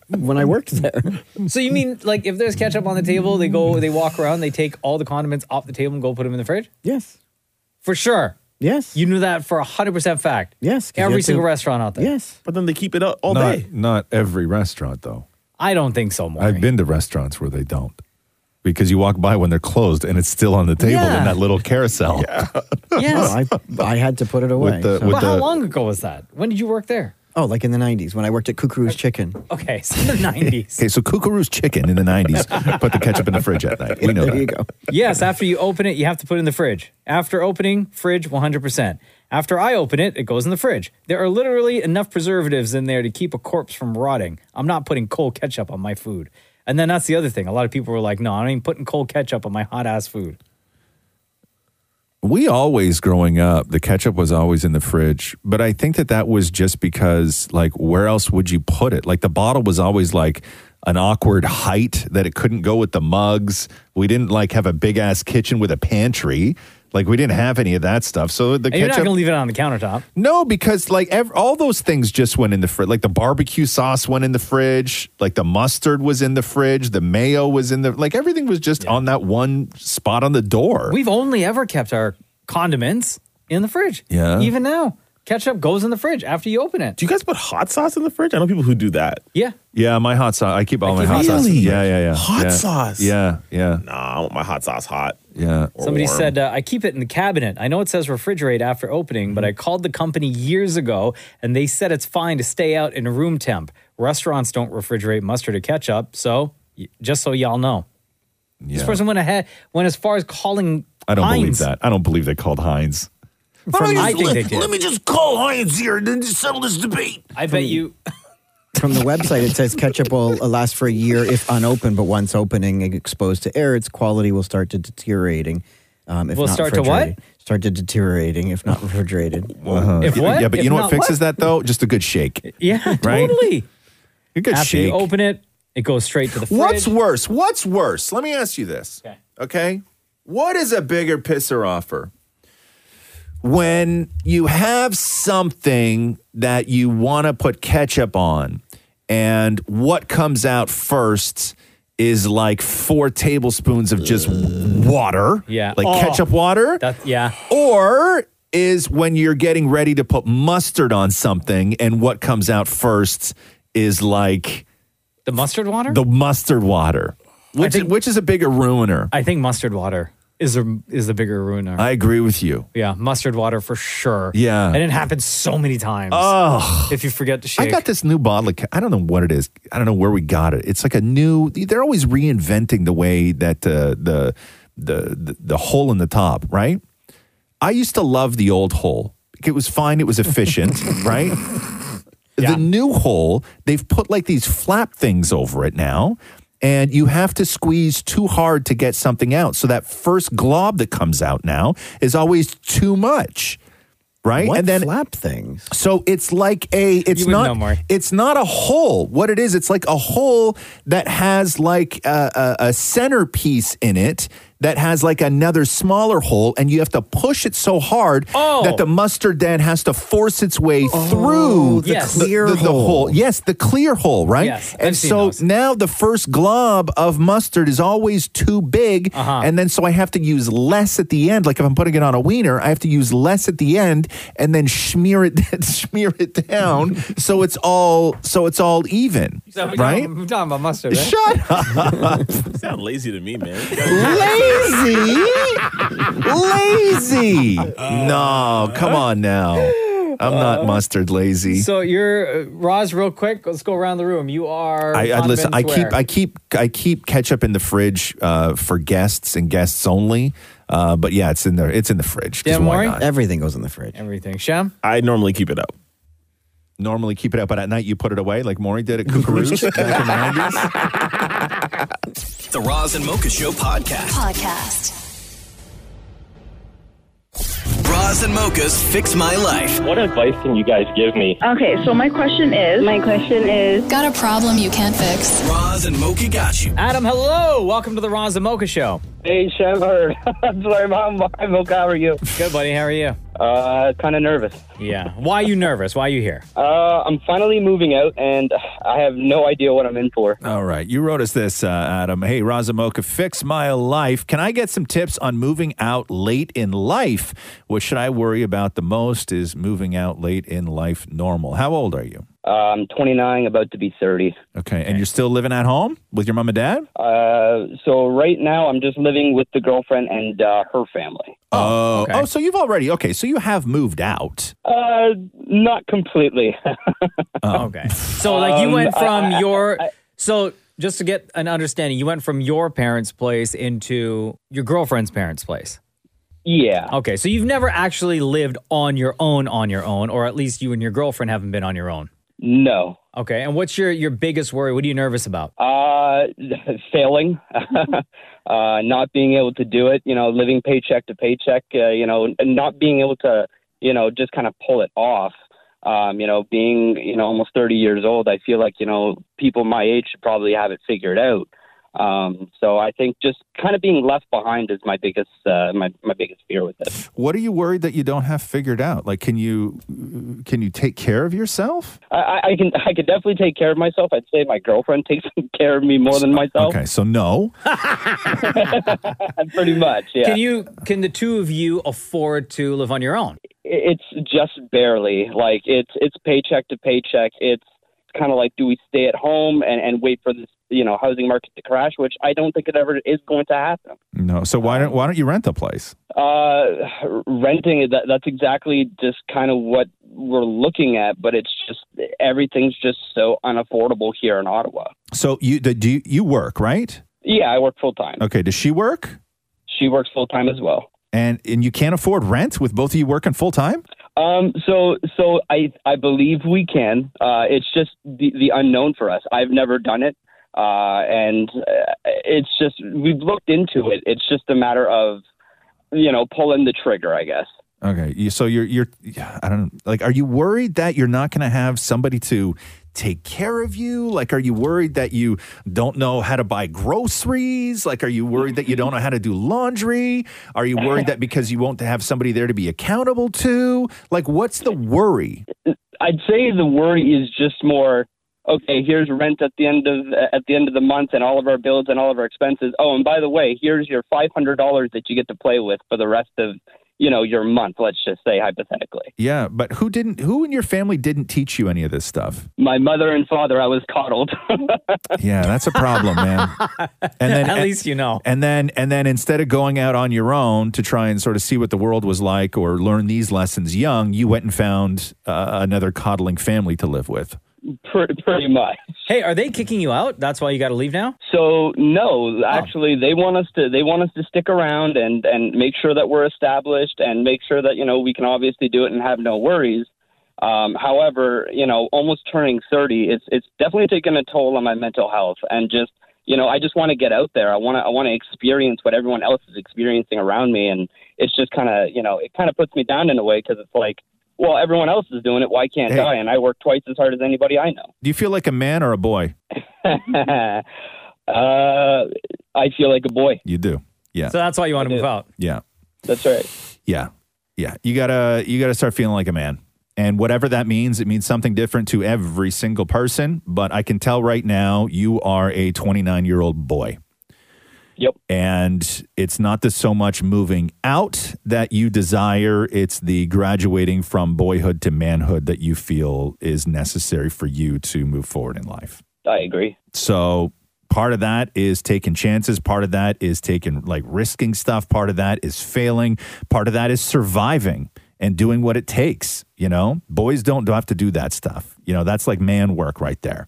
Speaker 5: when I worked there.
Speaker 6: So you mean like if there's ketchup on the table, they go, they walk around, they take all the condiments off the table and go put them in the fridge?
Speaker 5: Yes.
Speaker 6: For sure.
Speaker 5: Yes.
Speaker 6: You knew that for 100% fact.
Speaker 5: Yes.
Speaker 4: 'cause you
Speaker 6: Every
Speaker 4: have to-
Speaker 6: single restaurant out there.
Speaker 5: Yes.
Speaker 11: But then they keep it out all
Speaker 4: not,
Speaker 11: day.
Speaker 4: Not every restaurant, though.
Speaker 6: I don't think so, Maury.
Speaker 4: I've been to restaurants where they don't. Because you walk by when they're closed and it's still on the table
Speaker 6: Yeah.
Speaker 4: in that little carousel. Yeah.
Speaker 6: Yes.
Speaker 5: I, I had to put it away.
Speaker 4: the-
Speaker 5: so-
Speaker 6: but how long ago was that? When did you work there?
Speaker 5: Oh, like in the 90s when I worked at Kukuru's Chicken.
Speaker 6: Okay, so the 90s.
Speaker 4: Okay, so Kukuru's chicken in the 90s. Put the ketchup in the fridge at night. We know
Speaker 5: There
Speaker 4: that.
Speaker 5: you go.
Speaker 6: yes, after you open it, you have to put it in the fridge. After opening, fridge 100%. After I open it, it goes in the fridge. There are literally enough preservatives in there to keep a corpse from rotting. I'm not putting cold ketchup on my food. And then that's the other thing. A lot of people were like, no, I'm not even putting cold ketchup on my hot ass food.
Speaker 4: We always growing up, the ketchup was always in the fridge, but I think that that was just because like where else would you put it? Like the bottle was always like an awkward height that it couldn't go with the mugs. We didn't like have a big ass kitchen with a pantry. Like we didn't have any of that stuff. So the
Speaker 6: and you're not
Speaker 4: ketchup
Speaker 6: going to leave it on the countertop.
Speaker 4: No, because like ev- all those things just went in the fridge. Like the barbecue sauce went in the fridge. Like the mustard was in the fridge. The mayo was in the like everything was just on that one spot on the door.
Speaker 6: We've only ever kept our condiments in the fridge.
Speaker 4: Yeah.
Speaker 6: Even now, ketchup goes in the fridge after you open it.
Speaker 11: Do you guys put hot sauce in the fridge? I know people who do that.
Speaker 6: Yeah.
Speaker 4: Yeah, my hot sauce. I keep all my
Speaker 11: keep
Speaker 4: hot
Speaker 11: hot
Speaker 4: sauce.
Speaker 11: sauce.
Speaker 4: Yeah, yeah, yeah.
Speaker 11: Hot
Speaker 4: Yeah.
Speaker 11: sauce?
Speaker 4: Yeah, yeah.
Speaker 11: Nah, I want my hot sauce hot.
Speaker 4: Yeah.
Speaker 6: Somebody said, uh, I keep it in the cabinet. I know it says refrigerate after opening, but I
Speaker 4: Mm-hmm.
Speaker 6: called the company years ago and they said it's fine to stay out in room temp. Restaurants don't refrigerate mustard or ketchup. So y- just so y'all know, this
Speaker 4: Yeah.
Speaker 6: person went ahead, went as far as calling.
Speaker 4: I don't believe
Speaker 6: Heinz.
Speaker 4: that. I don't believe they called Heinz.
Speaker 6: Why don't From- you I just think let- they did. let me
Speaker 1: just call Heinz here and then just settle this debate.
Speaker 6: I bet you.
Speaker 5: From the website, it says ketchup will last for a year if unopened, but once opening and exposed to air, its quality will start to deteriorating. Um, if
Speaker 6: Will
Speaker 5: not
Speaker 6: start to what?
Speaker 5: refrigerated- Start to deteriorating if not refrigerated.
Speaker 6: If
Speaker 4: yeah,
Speaker 6: what?
Speaker 4: Yeah, but
Speaker 6: If
Speaker 4: you know what
Speaker 6: not
Speaker 4: fixes that
Speaker 6: what?
Speaker 4: though? Just a good shake.
Speaker 6: Yeah,
Speaker 4: Right?
Speaker 6: totally.
Speaker 4: A good
Speaker 6: after
Speaker 4: shake.
Speaker 6: you open it, it goes straight to the fridge.
Speaker 7: What's worse? What's worse? Let me ask you this. Okay. What is a bigger pisser offer?
Speaker 4: when you have something that you want to put ketchup on, and what comes out first is like four tablespoons of just water,
Speaker 6: Yeah.
Speaker 4: like
Speaker 6: Oh.
Speaker 4: ketchup water,
Speaker 6: That, yeah.
Speaker 4: or is when you're getting ready to put mustard on something, and what comes out first is like
Speaker 6: The mustard water?
Speaker 4: the mustard water, which which is a bigger ruiner.
Speaker 6: I think mustard water is a, is the bigger ruiner.
Speaker 4: I agree with you.
Speaker 6: yeah, mustard water for sure.
Speaker 4: Yeah.
Speaker 6: And it happens so many times.
Speaker 4: Ugh.
Speaker 6: If you forget to shake.
Speaker 4: I got this new bottle. Of, ca- I don't know what it is. I don't know where we got it. It's like a new. They're always reinventing the way that uh, the, the the the hole in the top, right? I used to love the old hole. It was fine. It was efficient, right? The new hole, they've put like these flap things over it now, and you have to squeeze too hard to get something out. So that first glob that comes out now is always too much, right?
Speaker 5: What
Speaker 4: and then
Speaker 5: flap things?
Speaker 4: so it's like a it's
Speaker 6: wouldn't know,
Speaker 4: not
Speaker 6: Maury.
Speaker 4: it's not a hole. What it is, it's like a hole that has like a, a, a centerpiece in it that has like another smaller hole, and you have to push it so hard
Speaker 6: Oh.
Speaker 4: that the mustard then has to force its way through
Speaker 5: the Yes. clear
Speaker 4: the
Speaker 5: hole.
Speaker 4: Yes, the clear hole, right?
Speaker 6: Yes, I've
Speaker 4: and
Speaker 6: seen
Speaker 4: so
Speaker 6: those.
Speaker 4: now the first glob of mustard is always too big,
Speaker 6: Uh-huh.
Speaker 4: and then so I have to use less at the end. Like if I'm putting it on a wiener, I have to use less at the end, and then smear it, smear it down, so it's all so it's all even, right?
Speaker 6: We're talking about mustard, right?
Speaker 4: Shut up,
Speaker 11: You sound lazy to me, man.
Speaker 4: lazy, lazy. No, come on now. I'm not mustard lazy.
Speaker 6: Uh-huh. So you're uh, Roz, real quick. Let's go around the room. You are.
Speaker 4: I, I listen. I
Speaker 6: condiments
Speaker 4: keep.
Speaker 6: where?
Speaker 4: I keep. I keep ketchup in the fridge uh, for guests and guests only. Uh, but yeah, it's in there. It's in the fridge. 'cause
Speaker 6: Dan
Speaker 4: why
Speaker 6: Maury?
Speaker 4: not?
Speaker 5: Everything goes in the fridge.
Speaker 6: everything. Sham.
Speaker 11: I normally keep it up.
Speaker 4: normally keep it out, but at night you put it away, like Maury did at Cuckoo's back in the 90s.
Speaker 10: The Roz and Mocha Show podcast.
Speaker 8: Podcast.
Speaker 10: Roz and Mocha's Fix My Life.
Speaker 14: What advice can you guys give me?
Speaker 8: Okay, so my question is. My question is. Got a problem you can't fix?
Speaker 10: Roz and Mocha got you.
Speaker 6: Adam, hello. Welcome to the Roz and Mocha Show.
Speaker 14: Hey, Shepard. Sorry, Mom. Hi, Mocha. How are you?
Speaker 6: Good, buddy. How are you?
Speaker 14: Uh, kind of nervous.
Speaker 6: Yeah. Why are you nervous? Why are you here?
Speaker 14: Uh, I'm finally moving out, and I have no idea what I'm in for.
Speaker 4: All right. You wrote us this, uh, Adam. Hey, Razamoka, fix my life. Can I get some tips on moving out late in life? What should I worry about the most is moving out late in life normal. How old are you?
Speaker 14: Uh, I'm 29, about to be 30.
Speaker 4: Okay. And you're still living at home with your mom and dad?
Speaker 14: Uh, so right now, I'm just living with the girlfriend and uh, her family.
Speaker 4: Oh, oh, so you've already, okay. So you have moved out.
Speaker 14: Uh, not completely.
Speaker 4: Um,
Speaker 6: okay. So like you
Speaker 14: Um,
Speaker 6: went from
Speaker 14: I- I-
Speaker 6: your so just to get an understanding, you went from your parents' place into your girlfriend's parents' place.
Speaker 14: Yeah.
Speaker 6: Okay. So you've never actually lived on your own on your own, or at least you and your girlfriend haven't been on your own.
Speaker 14: No.
Speaker 6: Okay. And what's your your biggest worry? What are you nervous about?
Speaker 14: Uh, failing, uh, not being able to do it, you know, living paycheck to paycheck, uh, you know, and not being able to, you know, just kind of pull it off. Um, you know, being, you know, almost 30 years old, I feel like, you know, people my age should probably have it figured out. Um, so I think just kind of being left behind is my biggest, uh, my, my biggest fear with it.
Speaker 4: What are you worried that you don't have figured out? Like, can you can you take care of yourself?
Speaker 14: I- I, I can, I could definitely take care of myself. I'd say my girlfriend takes care of me more than myself.
Speaker 4: Okay, so no.
Speaker 14: Pretty much. Yeah.
Speaker 6: Can you can the two of you afford to live on your own?
Speaker 14: it's just barely like it's it's paycheck to paycheck it's kind of like do we stay at home and and wait for this you know housing market to crash which i don't think it ever is going to happen
Speaker 4: No. So why don't why don't you rent the place?
Speaker 14: uh renting that that's exactly just kind of what we're looking at but it's just everything's just so unaffordable here in ottawa
Speaker 4: So you the, do you, you work right?
Speaker 14: yeah i work full time
Speaker 4: Okay. Does she work?
Speaker 14: she works full time as well
Speaker 4: And and you can't afford rent with both of you working full time.
Speaker 14: Um, so, so I, I believe we can. Uh, it's just the, the unknown for us. I've never done it. Uh, and uh, it's just, we've looked into it. It's just a matter of, you know, pulling the trigger, I guess.
Speaker 4: Okay. You, so you're you're I don't like. Are you worried that you're not going to have somebody to take care of you? Like, are you worried that you don't know how to buy groceries? Like, are you worried that you don't know how to do laundry? Are you worried that because you won't have somebody there to be accountable to? Like, what's the worry?
Speaker 14: I'd say the worry is just more, okay, here's rent at the end of, at the end of the month and all of our bills and all of our expenses. Oh, and by the way, here's your $500 that you get to play with for the rest of, you know, your month, let's just say hypothetically.
Speaker 4: Yeah, but who didn't? Who in your family didn't teach you any of this stuff?
Speaker 14: My mother and father, I was coddled.
Speaker 4: Yeah, that's a problem, man. And then
Speaker 6: At least you know.
Speaker 4: And then and then instead of going out on your own to try and sort of see what the world was like or learn these lessons young, you went and found uh, another coddling family to live with.
Speaker 14: Pretty, pretty much.
Speaker 6: Hey, are they kicking you out? That's why you got to leave now. Oh.
Speaker 14: So no, actually, they want us to they want us to stick around and and make sure that we're established and make sure that you know we can obviously do it and have no worries. Um, however, you know, almost turning thirty, it's it's definitely taken a toll on my mental health and just you know I just want to get out there. I want to I want to experience what everyone else is experiencing around me, and it's just kind of you know it kind of puts me down in a way because it's like. Well, everyone else is doing it. Why can't
Speaker 4: Hey.
Speaker 14: I? And I work twice as hard as anybody I know.
Speaker 4: Do you feel like a man or a boy?
Speaker 14: uh, I feel like a boy.
Speaker 4: You do. Yeah.
Speaker 6: So that's why you want to move out.
Speaker 4: Yeah.
Speaker 14: That's right.
Speaker 4: Yeah. Yeah. You gotta you gotta start feeling like a man. And whatever that means, it means something different to every single person. But I can tell right now you are a 29 year old boy.
Speaker 14: Yep.
Speaker 4: And it's not the so much moving out that you desire, it's the graduating from boyhood to manhood that you feel is necessary for you to move forward in life.
Speaker 14: I agree.
Speaker 4: So part of that is taking chances. Part of that is taking like risking stuff. Part of that is failing. Part of that is surviving and doing what it takes. You know, boys don't have to do that stuff. You know, that's like man work right there.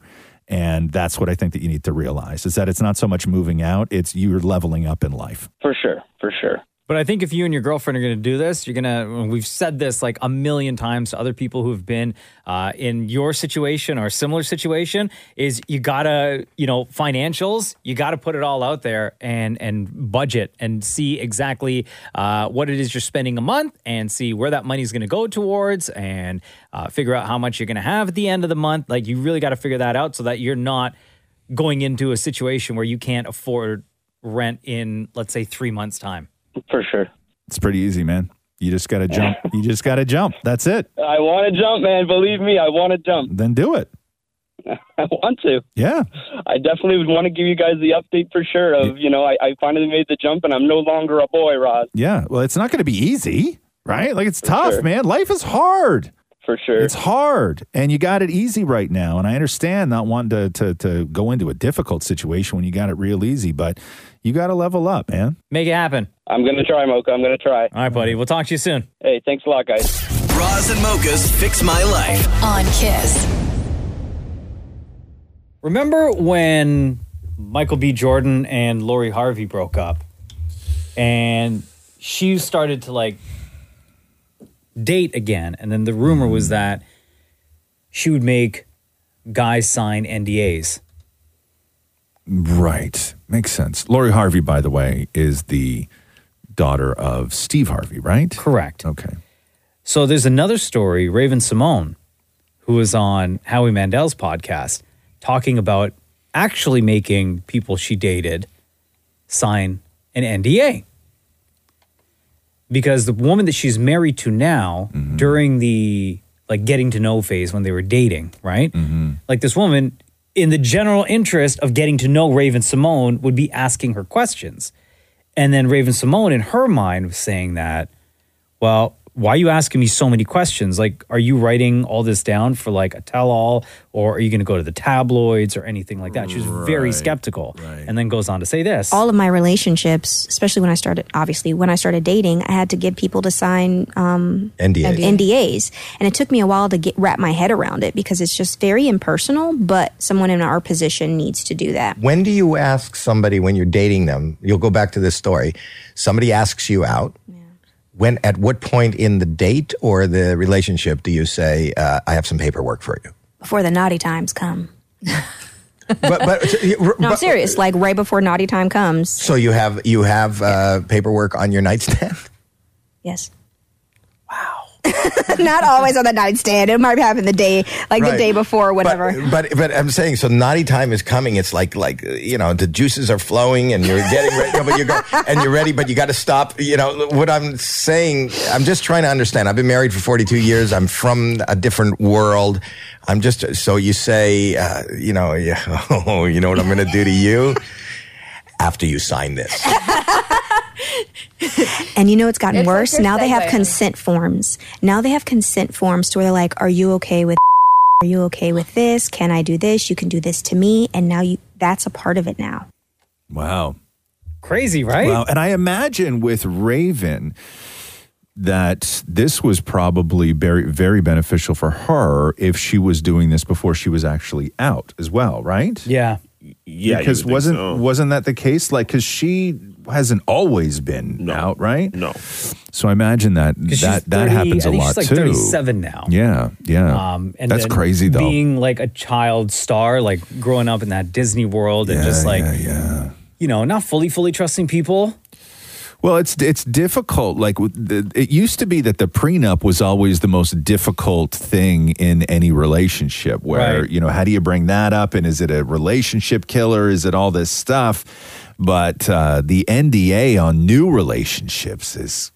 Speaker 4: And that's what I think that you need to realize is that it's not so much moving out, it's you're leveling up in life.
Speaker 14: For sure. For sure.
Speaker 6: But I think if you and your girlfriend are going to do this, you're going to, we've said this like a million times to other people who have been uh, in your situation or similar situation is you got to, you know, financials, you got to put it all out there and, and budget and see exactly uh, what it is you're spending a month and see where that money's going to go towards and uh, figure out how much you're going to have at the end of the month. Like you really got to figure that out so that you're not going into a situation where you can't afford rent in, let's say, three months' time.
Speaker 14: For sure.
Speaker 4: It's pretty easy, man. You just got to jump. you just got to jump. That's it.
Speaker 14: I want to jump, man. Believe me, I want to jump.
Speaker 4: Then do it.
Speaker 14: I want to.
Speaker 4: Yeah.
Speaker 14: I definitely would want to give you guys the update for sure. Of you know, I, I finally made the jump, and I'm no longer a boy, Roz.
Speaker 4: Yeah. Well, it's not going to be easy, right? Like it's tough, man. Life is hard.
Speaker 14: For sure.
Speaker 4: It's hard. And you got it easy right now. And I understand not wanting to, to, to go into a difficult situation when you got it real easy, but you got to level up, man.
Speaker 6: Make it happen.
Speaker 14: I'm gonna try, Mocha. I'm gonna try.
Speaker 6: All right, buddy. We'll talk to you soon.
Speaker 14: Hey, thanks a lot, guys.
Speaker 10: Roz and Mocha's Fix My Life.
Speaker 8: on Kiss.
Speaker 6: Remember when Michael B. Jordan and Lori Harvey broke up and she started to like date again. And then the rumor was that she would make guys sign NDAs.
Speaker 4: Right. Makes sense. Lori Harvey, by the way, is the daughter of Steve Harvey, right?
Speaker 6: Correct.
Speaker 4: Okay.
Speaker 6: So there's another story, Raven Simone, who was on Howie Mandel's podcast, talking about actually making people she dated sign an NDA. Because the woman that she's married to now, during the like getting to know phase when they were dating, right? Like this woman, in the general interest of getting to know Raven Simone, would be asking her questions. And then Raven Simone, in her mind, was saying that, well, why are you asking me so many questions? Like, are you writing all this down for like a tell all, or are you going to go to the tabloids or anything like that? She was very skeptical and then goes on to say this.
Speaker 15: All of my relationships, especially when I started, obviously, when I started dating, I had to get people to sign um,
Speaker 16: NDAs.
Speaker 15: NDAs. And it took me a while to get wrap my head around it because it's just very impersonal, but someone in our position needs to do that.
Speaker 16: When do you ask somebody when you're dating them? You'll go back to this story. Somebody asks you out. When at what point in the date or the relationship do you say, uh, "I have some paperwork for you"?
Speaker 15: Before the naughty times come.
Speaker 16: But but so you-
Speaker 15: No, I'm serious. Like right before naughty time comes.
Speaker 16: so you have you have uh, paperwork on your nightstand.
Speaker 15: Yes. Wow. Not always on the nightstand. It might happen the day, like the
Speaker 16: Right.
Speaker 15: day before, whatever.
Speaker 16: But but I'm saying so naughty time is coming. It's like like uh, you know the juices are flowing and you're getting ready, but you go and you're ready, but you got to stop. You know what I'm saying? I'm just trying to understand. I've been married for 42 years. I'm from a different world. I'm just so you say uh, you know yeah, oh you know what I'm going to do to you after you sign this.
Speaker 15: And you know it's gotten
Speaker 17: It's like
Speaker 15: worse.
Speaker 17: your
Speaker 15: now they have
Speaker 17: segue.
Speaker 15: consent forms. Now they have consent forms to where they're like, "Are you okay with? Are you okay with this? Can I do this? You can do this to me." And now you that's a part of it now.
Speaker 4: Wow.
Speaker 6: Crazy, right?
Speaker 4: Wow. And I imagine with Raven that this was probably very, very beneficial for her if she was doing this before she was actually out as well, right?
Speaker 6: Yeah.
Speaker 11: Yeah, you
Speaker 4: because
Speaker 11: would think
Speaker 4: wasn't wasn't that the case? Like, because she hasn't always been out, right? No. So I imagine that
Speaker 6: 'Cause she's
Speaker 4: that that
Speaker 6: 30
Speaker 4: happens
Speaker 6: I think
Speaker 4: a lot
Speaker 6: she's like
Speaker 4: too.
Speaker 6: 37 now.
Speaker 4: Yeah, yeah.
Speaker 6: Um,
Speaker 4: That's
Speaker 6: then
Speaker 4: crazy though.
Speaker 6: Being like a child star, like growing up in that Disney world and just like, you know, not fully, fully trusting people.
Speaker 4: Well, it's it's difficult. Like with the, it used to be that the prenup was always the most difficult thing in any relationship. Where you know, how do you bring that up? And is it a relationship killer? Is it all this stuff? But uh, the NDA on new relationships is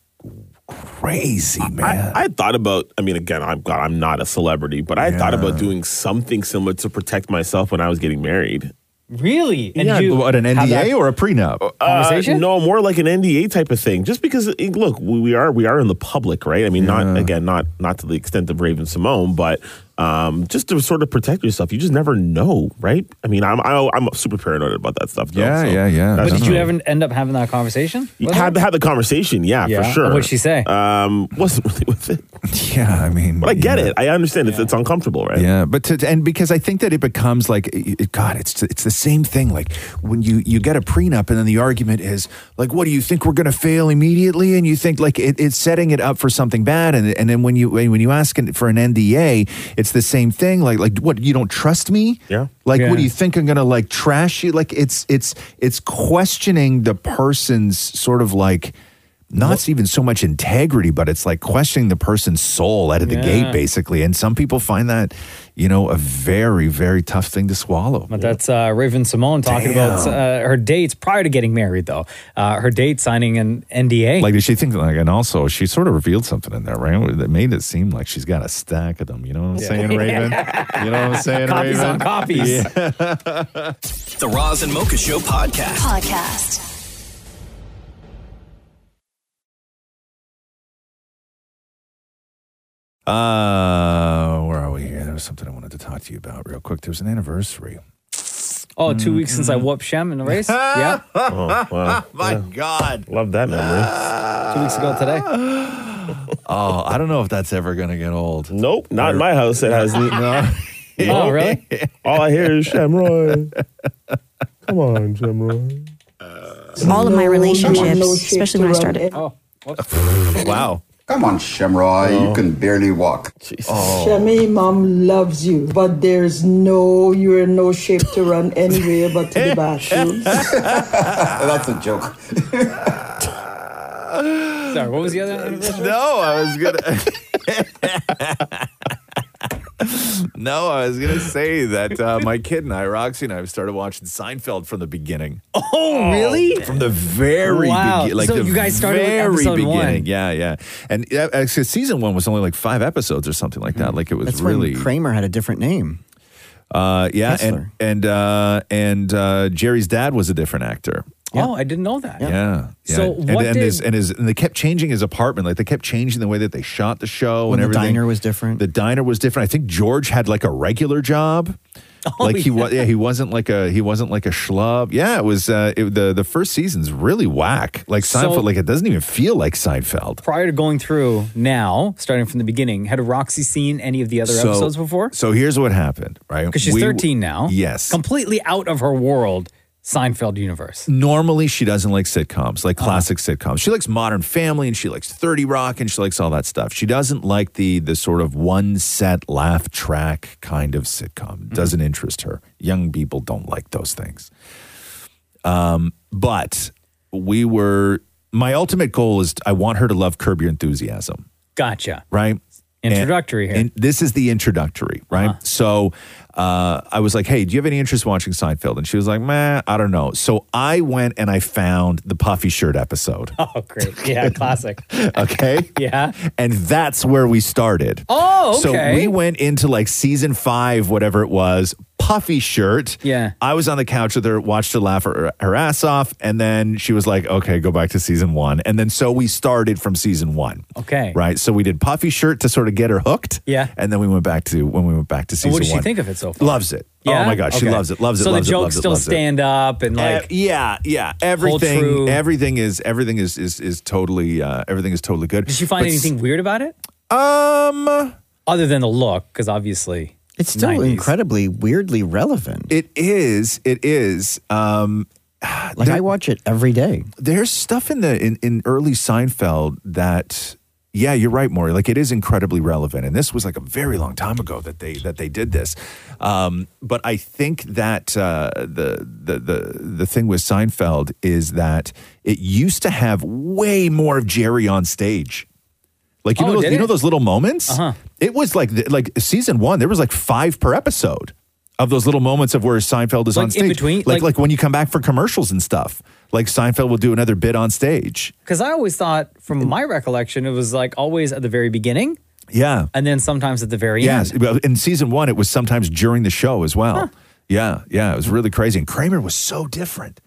Speaker 4: crazy, man.
Speaker 11: I, I thought about. I mean, again, I'm God, I'm not a celebrity, but I thought about doing something similar to protect myself when I was getting married.
Speaker 6: Really?
Speaker 11: Yeah,
Speaker 4: what an
Speaker 11: have
Speaker 4: NDA
Speaker 11: that-
Speaker 4: or a prenup
Speaker 11: Uh, no, more like an NDA type of thing. Just because, eh, look, we, we are we are in the public, right? I mean, not again, not not to the extent of Raven Simone, but um, just to sort of protect yourself. You just never know, right? I mean, I'm I, I'm super paranoid about that stuff. Though,
Speaker 6: Yeah,
Speaker 11: so
Speaker 6: yeah,
Speaker 11: that's-
Speaker 6: But did you ever end up having that conversation? with her?
Speaker 11: had had the conversation? Yeah,
Speaker 6: Yeah.
Speaker 11: for
Speaker 6: And
Speaker 11: sure.
Speaker 6: what'd she
Speaker 11: say? Um, wasn't really with it.
Speaker 4: Yeah, I mean,
Speaker 11: but I get it. I understand it's it's uncomfortable, right?
Speaker 4: Yeah, but to, and because I think that it becomes like, it- it- God, it's it's the same thing. Like when you you get a prenup, and then the argument is like, what do you think we're going to fail immediately? And you think like it, it's setting it up for something bad. And and then when you when you ask for an NDA, it's the same thing. Like like what you don't trust me?
Speaker 11: Yeah.
Speaker 4: Like
Speaker 11: Yeah.
Speaker 4: what do you think I'm going to like trash you? Like it's it's it's questioning the person's sort of like. Not even so much integrity, but it's like questioning the person's soul out of the
Speaker 6: Yeah.
Speaker 4: gate, basically. And some people find that, you know, a very, very tough thing to swallow.
Speaker 6: But that's uh, Raven Simone talking about uh, her dates prior to getting married, though. Uh, her date signing an NDA.
Speaker 4: Like, did she think like, and also she sort of revealed something in there, right? That made it seem like she's got a stack of them. You know what I'm saying, Raven? You know what I'm saying,
Speaker 10: Copies
Speaker 4: Raven?
Speaker 10: on copies.
Speaker 4: Yeah.
Speaker 10: The Roz and Mocha Show podcast.
Speaker 8: Podcast.
Speaker 4: Uh, where are we here? There was something I wanted to talk to you about real quick. There's an anniversary.
Speaker 6: oh, two weeks since I
Speaker 4: Mm-hmm.
Speaker 6: whooped Shem in the race. yeah.
Speaker 4: Oh, wow.
Speaker 6: My
Speaker 4: God. Uh,
Speaker 11: Love that memory.
Speaker 6: two weeks ago today.
Speaker 4: Oh, I don't know if that's ever going to get old.
Speaker 11: Nope, not in my house. It hasn't.
Speaker 4: Oh,
Speaker 6: really?
Speaker 11: All I hear is Shamroy. Come on, Shamroy.
Speaker 15: All of my relationships,
Speaker 13: no shit
Speaker 15: especially when I
Speaker 13: to rub
Speaker 15: started.
Speaker 4: wow.
Speaker 13: Come on, Shamroy. You can barely walk.
Speaker 3: Shami, mom loves you, but there's no, you're in no shape to run anywhere but to the bathroom.
Speaker 13: That's a joke.
Speaker 6: Sorry, what was the other anniversary?
Speaker 13: Oh,
Speaker 4: No, I was gonna. No, I was going to say that uh, my kid and I, Roxy and I, started watching Seinfeld from the beginning.
Speaker 6: Oh, really?
Speaker 4: From the very
Speaker 6: Wow.
Speaker 4: beginning. Like
Speaker 6: So
Speaker 4: the
Speaker 6: you guys started with
Speaker 4: very
Speaker 6: episode
Speaker 4: beginning.
Speaker 6: one.
Speaker 4: Yeah, yeah. And uh, actually, season one was only like five episodes or something like
Speaker 6: Hmm.
Speaker 4: that. Like it was
Speaker 5: That's
Speaker 4: really.
Speaker 5: when Kramer had a different name.
Speaker 4: uh, yeah,
Speaker 5: Kessler.
Speaker 4: and and uh, and uh, Jerry's dad was a different actor.
Speaker 6: Oh, I didn't know that.
Speaker 4: Yeah. yeah.
Speaker 6: So
Speaker 4: and,
Speaker 6: what
Speaker 4: and
Speaker 6: did-
Speaker 4: his, and his and they kept changing his apartment. Like they kept changing the way that they shot the show and
Speaker 5: When the
Speaker 4: everything.
Speaker 5: diner
Speaker 4: was different. The diner was different. I think George had like a regular job.
Speaker 6: Oh,
Speaker 4: like he was, yeah, he wasn't like a he wasn't like a schlub. Yeah, it was uh, it, the the first season's really whack. Like
Speaker 6: So-
Speaker 4: Seinfeld, like it doesn't even feel like Seinfeld.
Speaker 6: Prior to going through now, starting from the beginning, had Roxy seen any of the other
Speaker 4: So-
Speaker 6: episodes before?
Speaker 4: So here's what happened, right?
Speaker 6: Because she's
Speaker 4: We-
Speaker 6: 13 now.
Speaker 4: Yes.
Speaker 6: Completely out of her world, Seinfeld universe.
Speaker 4: Normally, she doesn't like sitcoms, like classic sitcoms. She likes Modern Family and she likes Thirty Rock and she likes all that stuff. She doesn't like the the sort of one set laugh track kind of sitcom. It Doesn't interest her. Young people don't like those things. Um, but we were. My ultimate goal is I want her to love Curb Your Enthusiasm
Speaker 6: Gotcha.
Speaker 4: right?
Speaker 6: Introductory
Speaker 4: and,
Speaker 6: here. Uh-huh.
Speaker 4: And this is the introductory, right? So uh, I was like, hey, do you have any interest in watching Seinfeld? And she was like, meh, I don't know. So I went and I found the puffy shirt episode.
Speaker 6: Oh, great. Yeah, classic.
Speaker 4: okay.
Speaker 6: yeah.
Speaker 4: And that's where we started.
Speaker 6: Oh,
Speaker 4: So
Speaker 6: okay.
Speaker 4: we went into like season five, whatever it was, puffy shirt. Yeah. I was on the couch with her, watched her laugh her, her ass off. And then she was like, okay, go back to season one. And then so we started from season one.
Speaker 6: Okay.
Speaker 4: Right. So we did puffy shirt to sort of get her hooked.
Speaker 6: Yeah.
Speaker 4: And then we went back to when we went back to season
Speaker 6: And what does she
Speaker 4: one,
Speaker 6: think of it so far?
Speaker 4: Loves it.
Speaker 6: Yeah?
Speaker 4: Oh my gosh, she
Speaker 6: Okay.
Speaker 4: loves it. Loves it.
Speaker 6: So
Speaker 4: loves
Speaker 6: the
Speaker 4: it,
Speaker 6: jokes
Speaker 4: loves it,
Speaker 6: still
Speaker 4: loves it.
Speaker 6: stand up and like.
Speaker 4: yeah, yeah. Everything. Everything is everything is is is totally uh, everything is totally good.
Speaker 6: Did she find
Speaker 4: But s-
Speaker 6: anything weird about it?
Speaker 4: Um,
Speaker 6: other than the look, because obviously
Speaker 5: It's still incredibly weirdly relevant.
Speaker 4: It is. It is. Um,
Speaker 5: like I watch it every day.
Speaker 4: There's stuff in the in, in early Seinfeld that yeah, you're right, Maury. Like it is incredibly relevant, and this was like a very long time ago that they that they did this. Um, but I think that uh, the the the the thing with Seinfeld is that it used to have way more of Jerry on stage. Like you
Speaker 7: Oh,
Speaker 4: know those,
Speaker 7: did
Speaker 4: you know
Speaker 7: it?
Speaker 4: those little moments.
Speaker 5: Uh-huh.
Speaker 4: It was like th- like season one. There was like five per episode of those little moments of where Seinfeld is
Speaker 6: Like,
Speaker 4: on
Speaker 6: in
Speaker 4: stage.
Speaker 6: between?
Speaker 4: like, like
Speaker 6: Like-
Speaker 4: when you come back for commercials and stuff. Like Seinfeld will do another bit on stage.
Speaker 6: Because I always thought, from my recollection, it was like always at the very beginning,
Speaker 4: Yeah.
Speaker 6: and then sometimes at the very
Speaker 4: Yes.
Speaker 6: end.
Speaker 4: Well, In season one, it was sometimes during the show as well. Yeah. Yeah. It was really crazy. And Kramer was so different.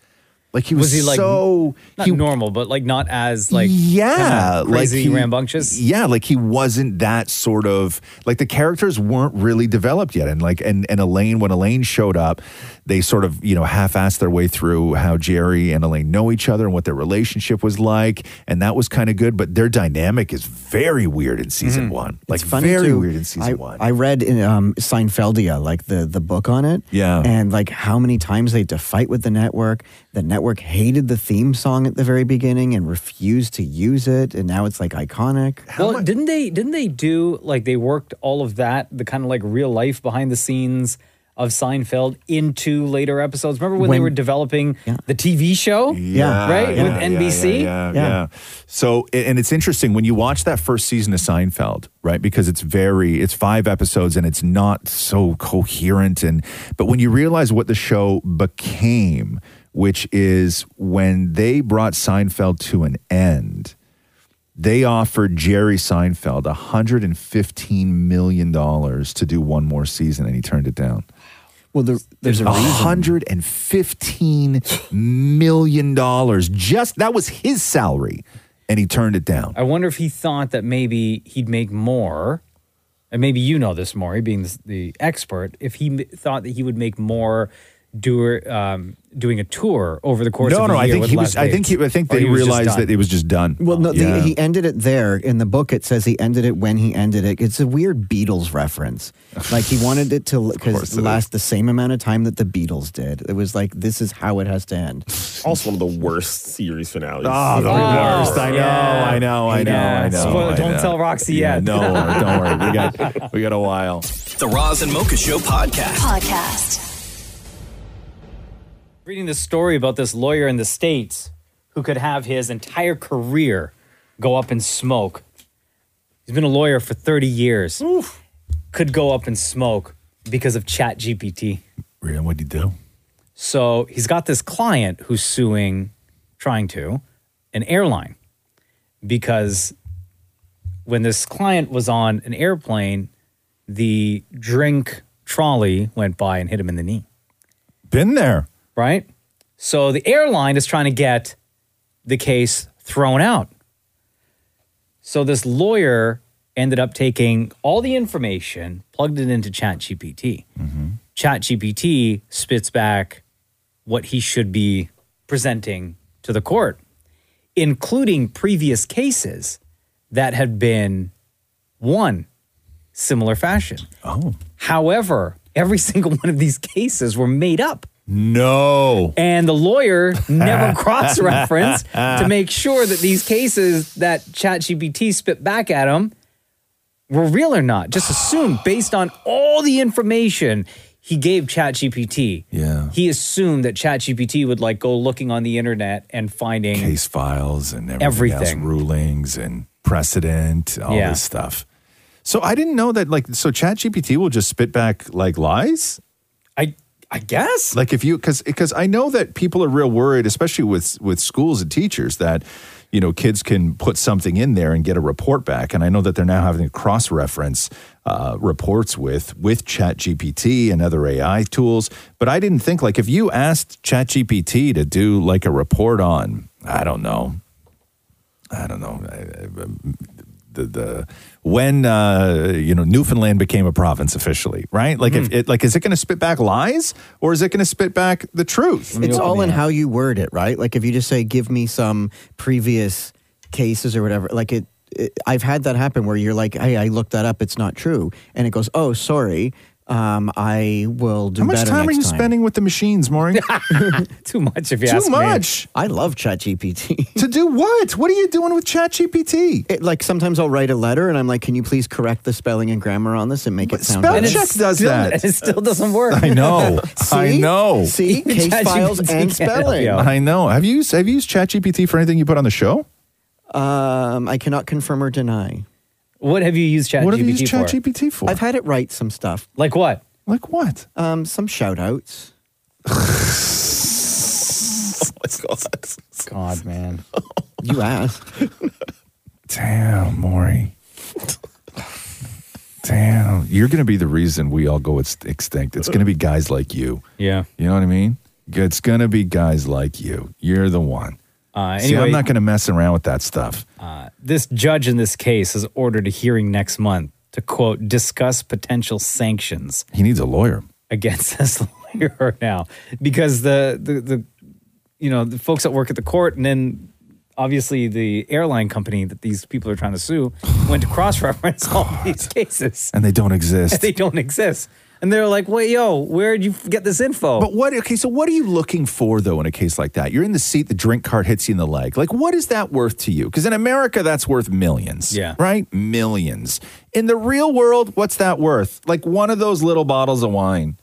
Speaker 4: Like he was, so
Speaker 6: not normal, but like not as like
Speaker 4: yeah,
Speaker 6: kinda crazy
Speaker 4: he-
Speaker 6: rambunctious.
Speaker 4: Yeah, like he wasn't that sort of like the characters weren't really developed yet. And like and and Elaine, when Elaine showed up, they sort of you know half-assed their way through how Jerry and Elaine know each other and what their relationship was like, and that was kind of good. But their dynamic is very weird in season
Speaker 6: Mm.
Speaker 4: one. Like very
Speaker 5: too.
Speaker 4: weird in season
Speaker 5: I,
Speaker 4: one.
Speaker 5: I read in um, Seinfeldia, like the the book on it.
Speaker 4: Yeah.
Speaker 5: And like how many times they had to fight with the network. The network hated the theme song at the very beginning and refused to use it, and now it's like iconic.
Speaker 6: well, didn't they didn't they do like they worked all of that the kind of like real life behind the scenes of Seinfeld into later episodes? Remember when, they
Speaker 4: When-
Speaker 6: were developing the TV show? right with NBC.
Speaker 4: Yeah, yeah, yeah. So, a- and it's interesting when you watch that first season of Seinfeld, right? Because it's very, it's five episodes and it's not so coherent. And but when you realize what the show became, which is when they brought Seinfeld to an end, they offered Jerry Seinfeld 115 million dollars to do one more season, and he turned it down.
Speaker 5: Well, there, there's a reason.
Speaker 4: hundred and fifteen million dollars. Just that was his salary, and he turned it down.
Speaker 6: I wonder if he thought that maybe he'd make more, and maybe you know this, Maury, being the, the expert. If he m- thought that he would make more, doer um, doing a tour over the course.
Speaker 4: no,
Speaker 6: of
Speaker 4: no.
Speaker 6: a
Speaker 4: I
Speaker 6: year
Speaker 4: think
Speaker 6: with
Speaker 4: he
Speaker 6: less
Speaker 4: was. I think he, I
Speaker 6: dates.
Speaker 4: think
Speaker 6: Or
Speaker 4: they
Speaker 6: he was just
Speaker 4: realized
Speaker 6: done.
Speaker 4: that it was just done.
Speaker 5: Well, no, the,
Speaker 4: Yeah.
Speaker 5: he ended it there. In the book, it says he ended it when he ended it. It's a weird Beatles reference. Like he wanted it to because last the same amount of time that the Beatles did. It was like this is how it has to end.
Speaker 11: Also, one of the worst series finales.
Speaker 5: Ah, the worst. I know, Yeah. I know, I know, I know, Spoil- I don't know. tell
Speaker 6: Roxy
Speaker 4: Yeah,
Speaker 6: yet.
Speaker 4: no, don't worry. We got we got a while.
Speaker 10: The Roz and Mocha Show podcast.
Speaker 8: Podcast.
Speaker 6: reading this story about this lawyer in the states who could have his entire career go up in smoke. He's been a lawyer for 30 years. Could go up in smoke because of Chat GPT.
Speaker 4: Really, what'd he do?
Speaker 6: So he's got this client who's suing, trying to, an airline because when this client was on an airplane, the drink trolley went by and hit him in the knee.
Speaker 4: Been there.
Speaker 6: Right? So the airline is trying to get the case thrown out. So this lawyer ended up taking all the information, plugged it into ChatGPT. ChatGPT spits back what he should be presenting to the court, including previous cases that had been won similar fashion.
Speaker 4: Oh.
Speaker 6: However, every single one of these cases were made up.
Speaker 4: No.
Speaker 6: And the lawyer never cross referenced to make sure that these cases that ChatGPT spit back at him were real or not. Just assume based on all the information he gave ChatGPT.
Speaker 4: Yeah.
Speaker 6: He assumed that ChatGPT would like go looking on the internet and finding
Speaker 4: Case files and everything,
Speaker 6: everything.
Speaker 4: else, rulings and precedent, all
Speaker 6: Yeah.
Speaker 4: this stuff. So I didn't know that. Like, so ChatGPT will just spit back like lies.
Speaker 6: I I guess.
Speaker 4: Like if you because because I know that people are real worried, especially with with schools and teachers that. You know, kids can put something in there and get a report back, and I know that they're now having to cross-reference uh, reports with with ChatGPT and other AI tools. But I didn't think like if you asked ChatGPT to do like a report on, I don't know, I don't know, uh, the the when uh, you know Newfoundland became a province officially, right? Like if it like is it going to spit back lies or is it going to spit back the truth?
Speaker 5: It's all in how you word it, right? Like if you just say, "Give me some previous cases or whatever," like it. it I've had that happen where you're like, "Hey, I looked that up. It's not true," and it goes, "Oh, sorry. Um, I will do."
Speaker 4: How much
Speaker 5: better
Speaker 4: time are
Speaker 5: next
Speaker 4: you spending with the machines, Maureen?
Speaker 6: Too much, if
Speaker 4: you Too ask me. much.
Speaker 5: I love ChatGPT.
Speaker 4: to do what? What are you doing with ChatGPT?
Speaker 5: It, like sometimes I'll write a letter and I'm like, "Can you please correct the spelling and grammar on this and make it sound?"
Speaker 4: spell
Speaker 5: better?"
Speaker 4: check And it's does still- that. and
Speaker 6: it still doesn't work.
Speaker 4: I know.
Speaker 5: See?
Speaker 4: I know.
Speaker 5: See, case files and spelling.
Speaker 4: I know. Have you used have you used ChatGPT for anything you put on the show?
Speaker 5: Um, I cannot confirm or deny.
Speaker 6: What have you used ChatGPT
Speaker 5: What have you used
Speaker 6: for?
Speaker 5: ChatGPT for? I've had it write some stuff.
Speaker 6: Like what?
Speaker 4: Like what?
Speaker 5: Um, some shout outs.
Speaker 4: God.
Speaker 6: God, man.
Speaker 5: You asked.
Speaker 4: Damn, Maury. Damn. You're going to be the reason we all go ex- extinct. It's going to be guys like you.
Speaker 6: Yeah.
Speaker 4: You know what I mean? It's gonna be guys like you. You're the one.
Speaker 6: Uh,
Speaker 4: See,
Speaker 6: anyway-
Speaker 4: I'm not gonna mess around with that stuff.
Speaker 6: This judge in this case has ordered a hearing next month to quote discuss potential sanctions.
Speaker 4: He needs a lawyer
Speaker 6: against this lawyer now because the the, the you know the folks that work at the court and then obviously the airline company that these people are trying to sue went to cross reference all these cases
Speaker 4: and they don't
Speaker 6: and
Speaker 4: exist.
Speaker 6: they don't exist and they're like wait yo where'd you f- get this info
Speaker 4: But what? Okay, so what are you looking for though in a case like that? You're in the seat, the drink cart hits you in the leg. Like, what is that worth to you? Because in America, that's worth millions.
Speaker 6: Yeah.
Speaker 4: right, millions. In the real world, what's that worth? Like one of those little bottles of wine,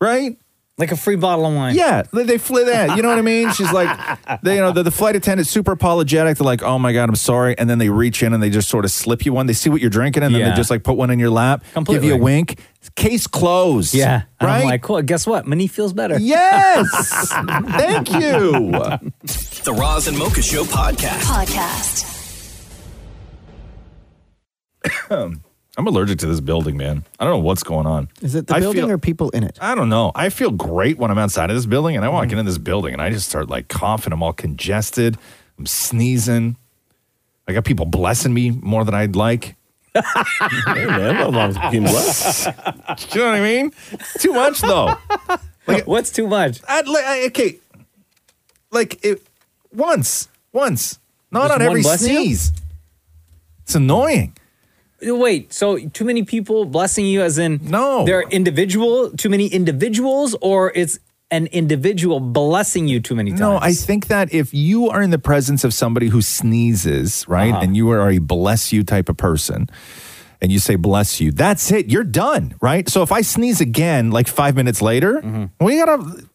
Speaker 4: right?
Speaker 6: Like a free bottle of wine.
Speaker 4: Yeah, they, they flew that. You know what I mean? She's like, they, you know, the, the flight attendant super apologetic. They're like, "Oh my god, I'm sorry," and then they reach in and they just sort of slip you one. They see what you're drinking and then
Speaker 6: Yeah.
Speaker 4: they just like put one in your lap, give
Speaker 6: Completely.
Speaker 4: you a wink. Case closed.
Speaker 6: yeah And
Speaker 4: right.
Speaker 6: i'm like cool guess what money feels better
Speaker 4: Yes! Thank you.
Speaker 10: The Roz and Mocha Show podcast.
Speaker 8: Podcast.
Speaker 4: I'm allergic to this building, man. I don't know what's going on.
Speaker 5: Is it the
Speaker 4: I
Speaker 5: building
Speaker 4: feel-
Speaker 5: or people in it? Mm.
Speaker 4: I don't know. I feel great when I'm outside of this building and I walk into this building and I just start like coughing. I'm all congested. I'm sneezing. I got people blessing me more than I'd like. hey, man, my mom's being blessed. you know what I mean? It's too much, though. Like,
Speaker 6: What's too much?
Speaker 4: I'd like, I, okay. Like, it, once, once, not
Speaker 6: Just
Speaker 4: on
Speaker 6: one
Speaker 4: every
Speaker 6: bless you?
Speaker 4: sneeze. It's annoying.
Speaker 6: Wait, so too many people blessing you as in
Speaker 4: no.
Speaker 6: They're individual, too many individuals or it's an individual blessing you too many times.
Speaker 4: No, I think that if you are in the presence of somebody who sneezes, right,
Speaker 6: Uh-huh.
Speaker 4: and you are a bless you type of person, and you say bless you, that's it. You're done, right? So if I sneeze again, like five minutes later,
Speaker 6: Mm-hmm.
Speaker 4: well, you gotta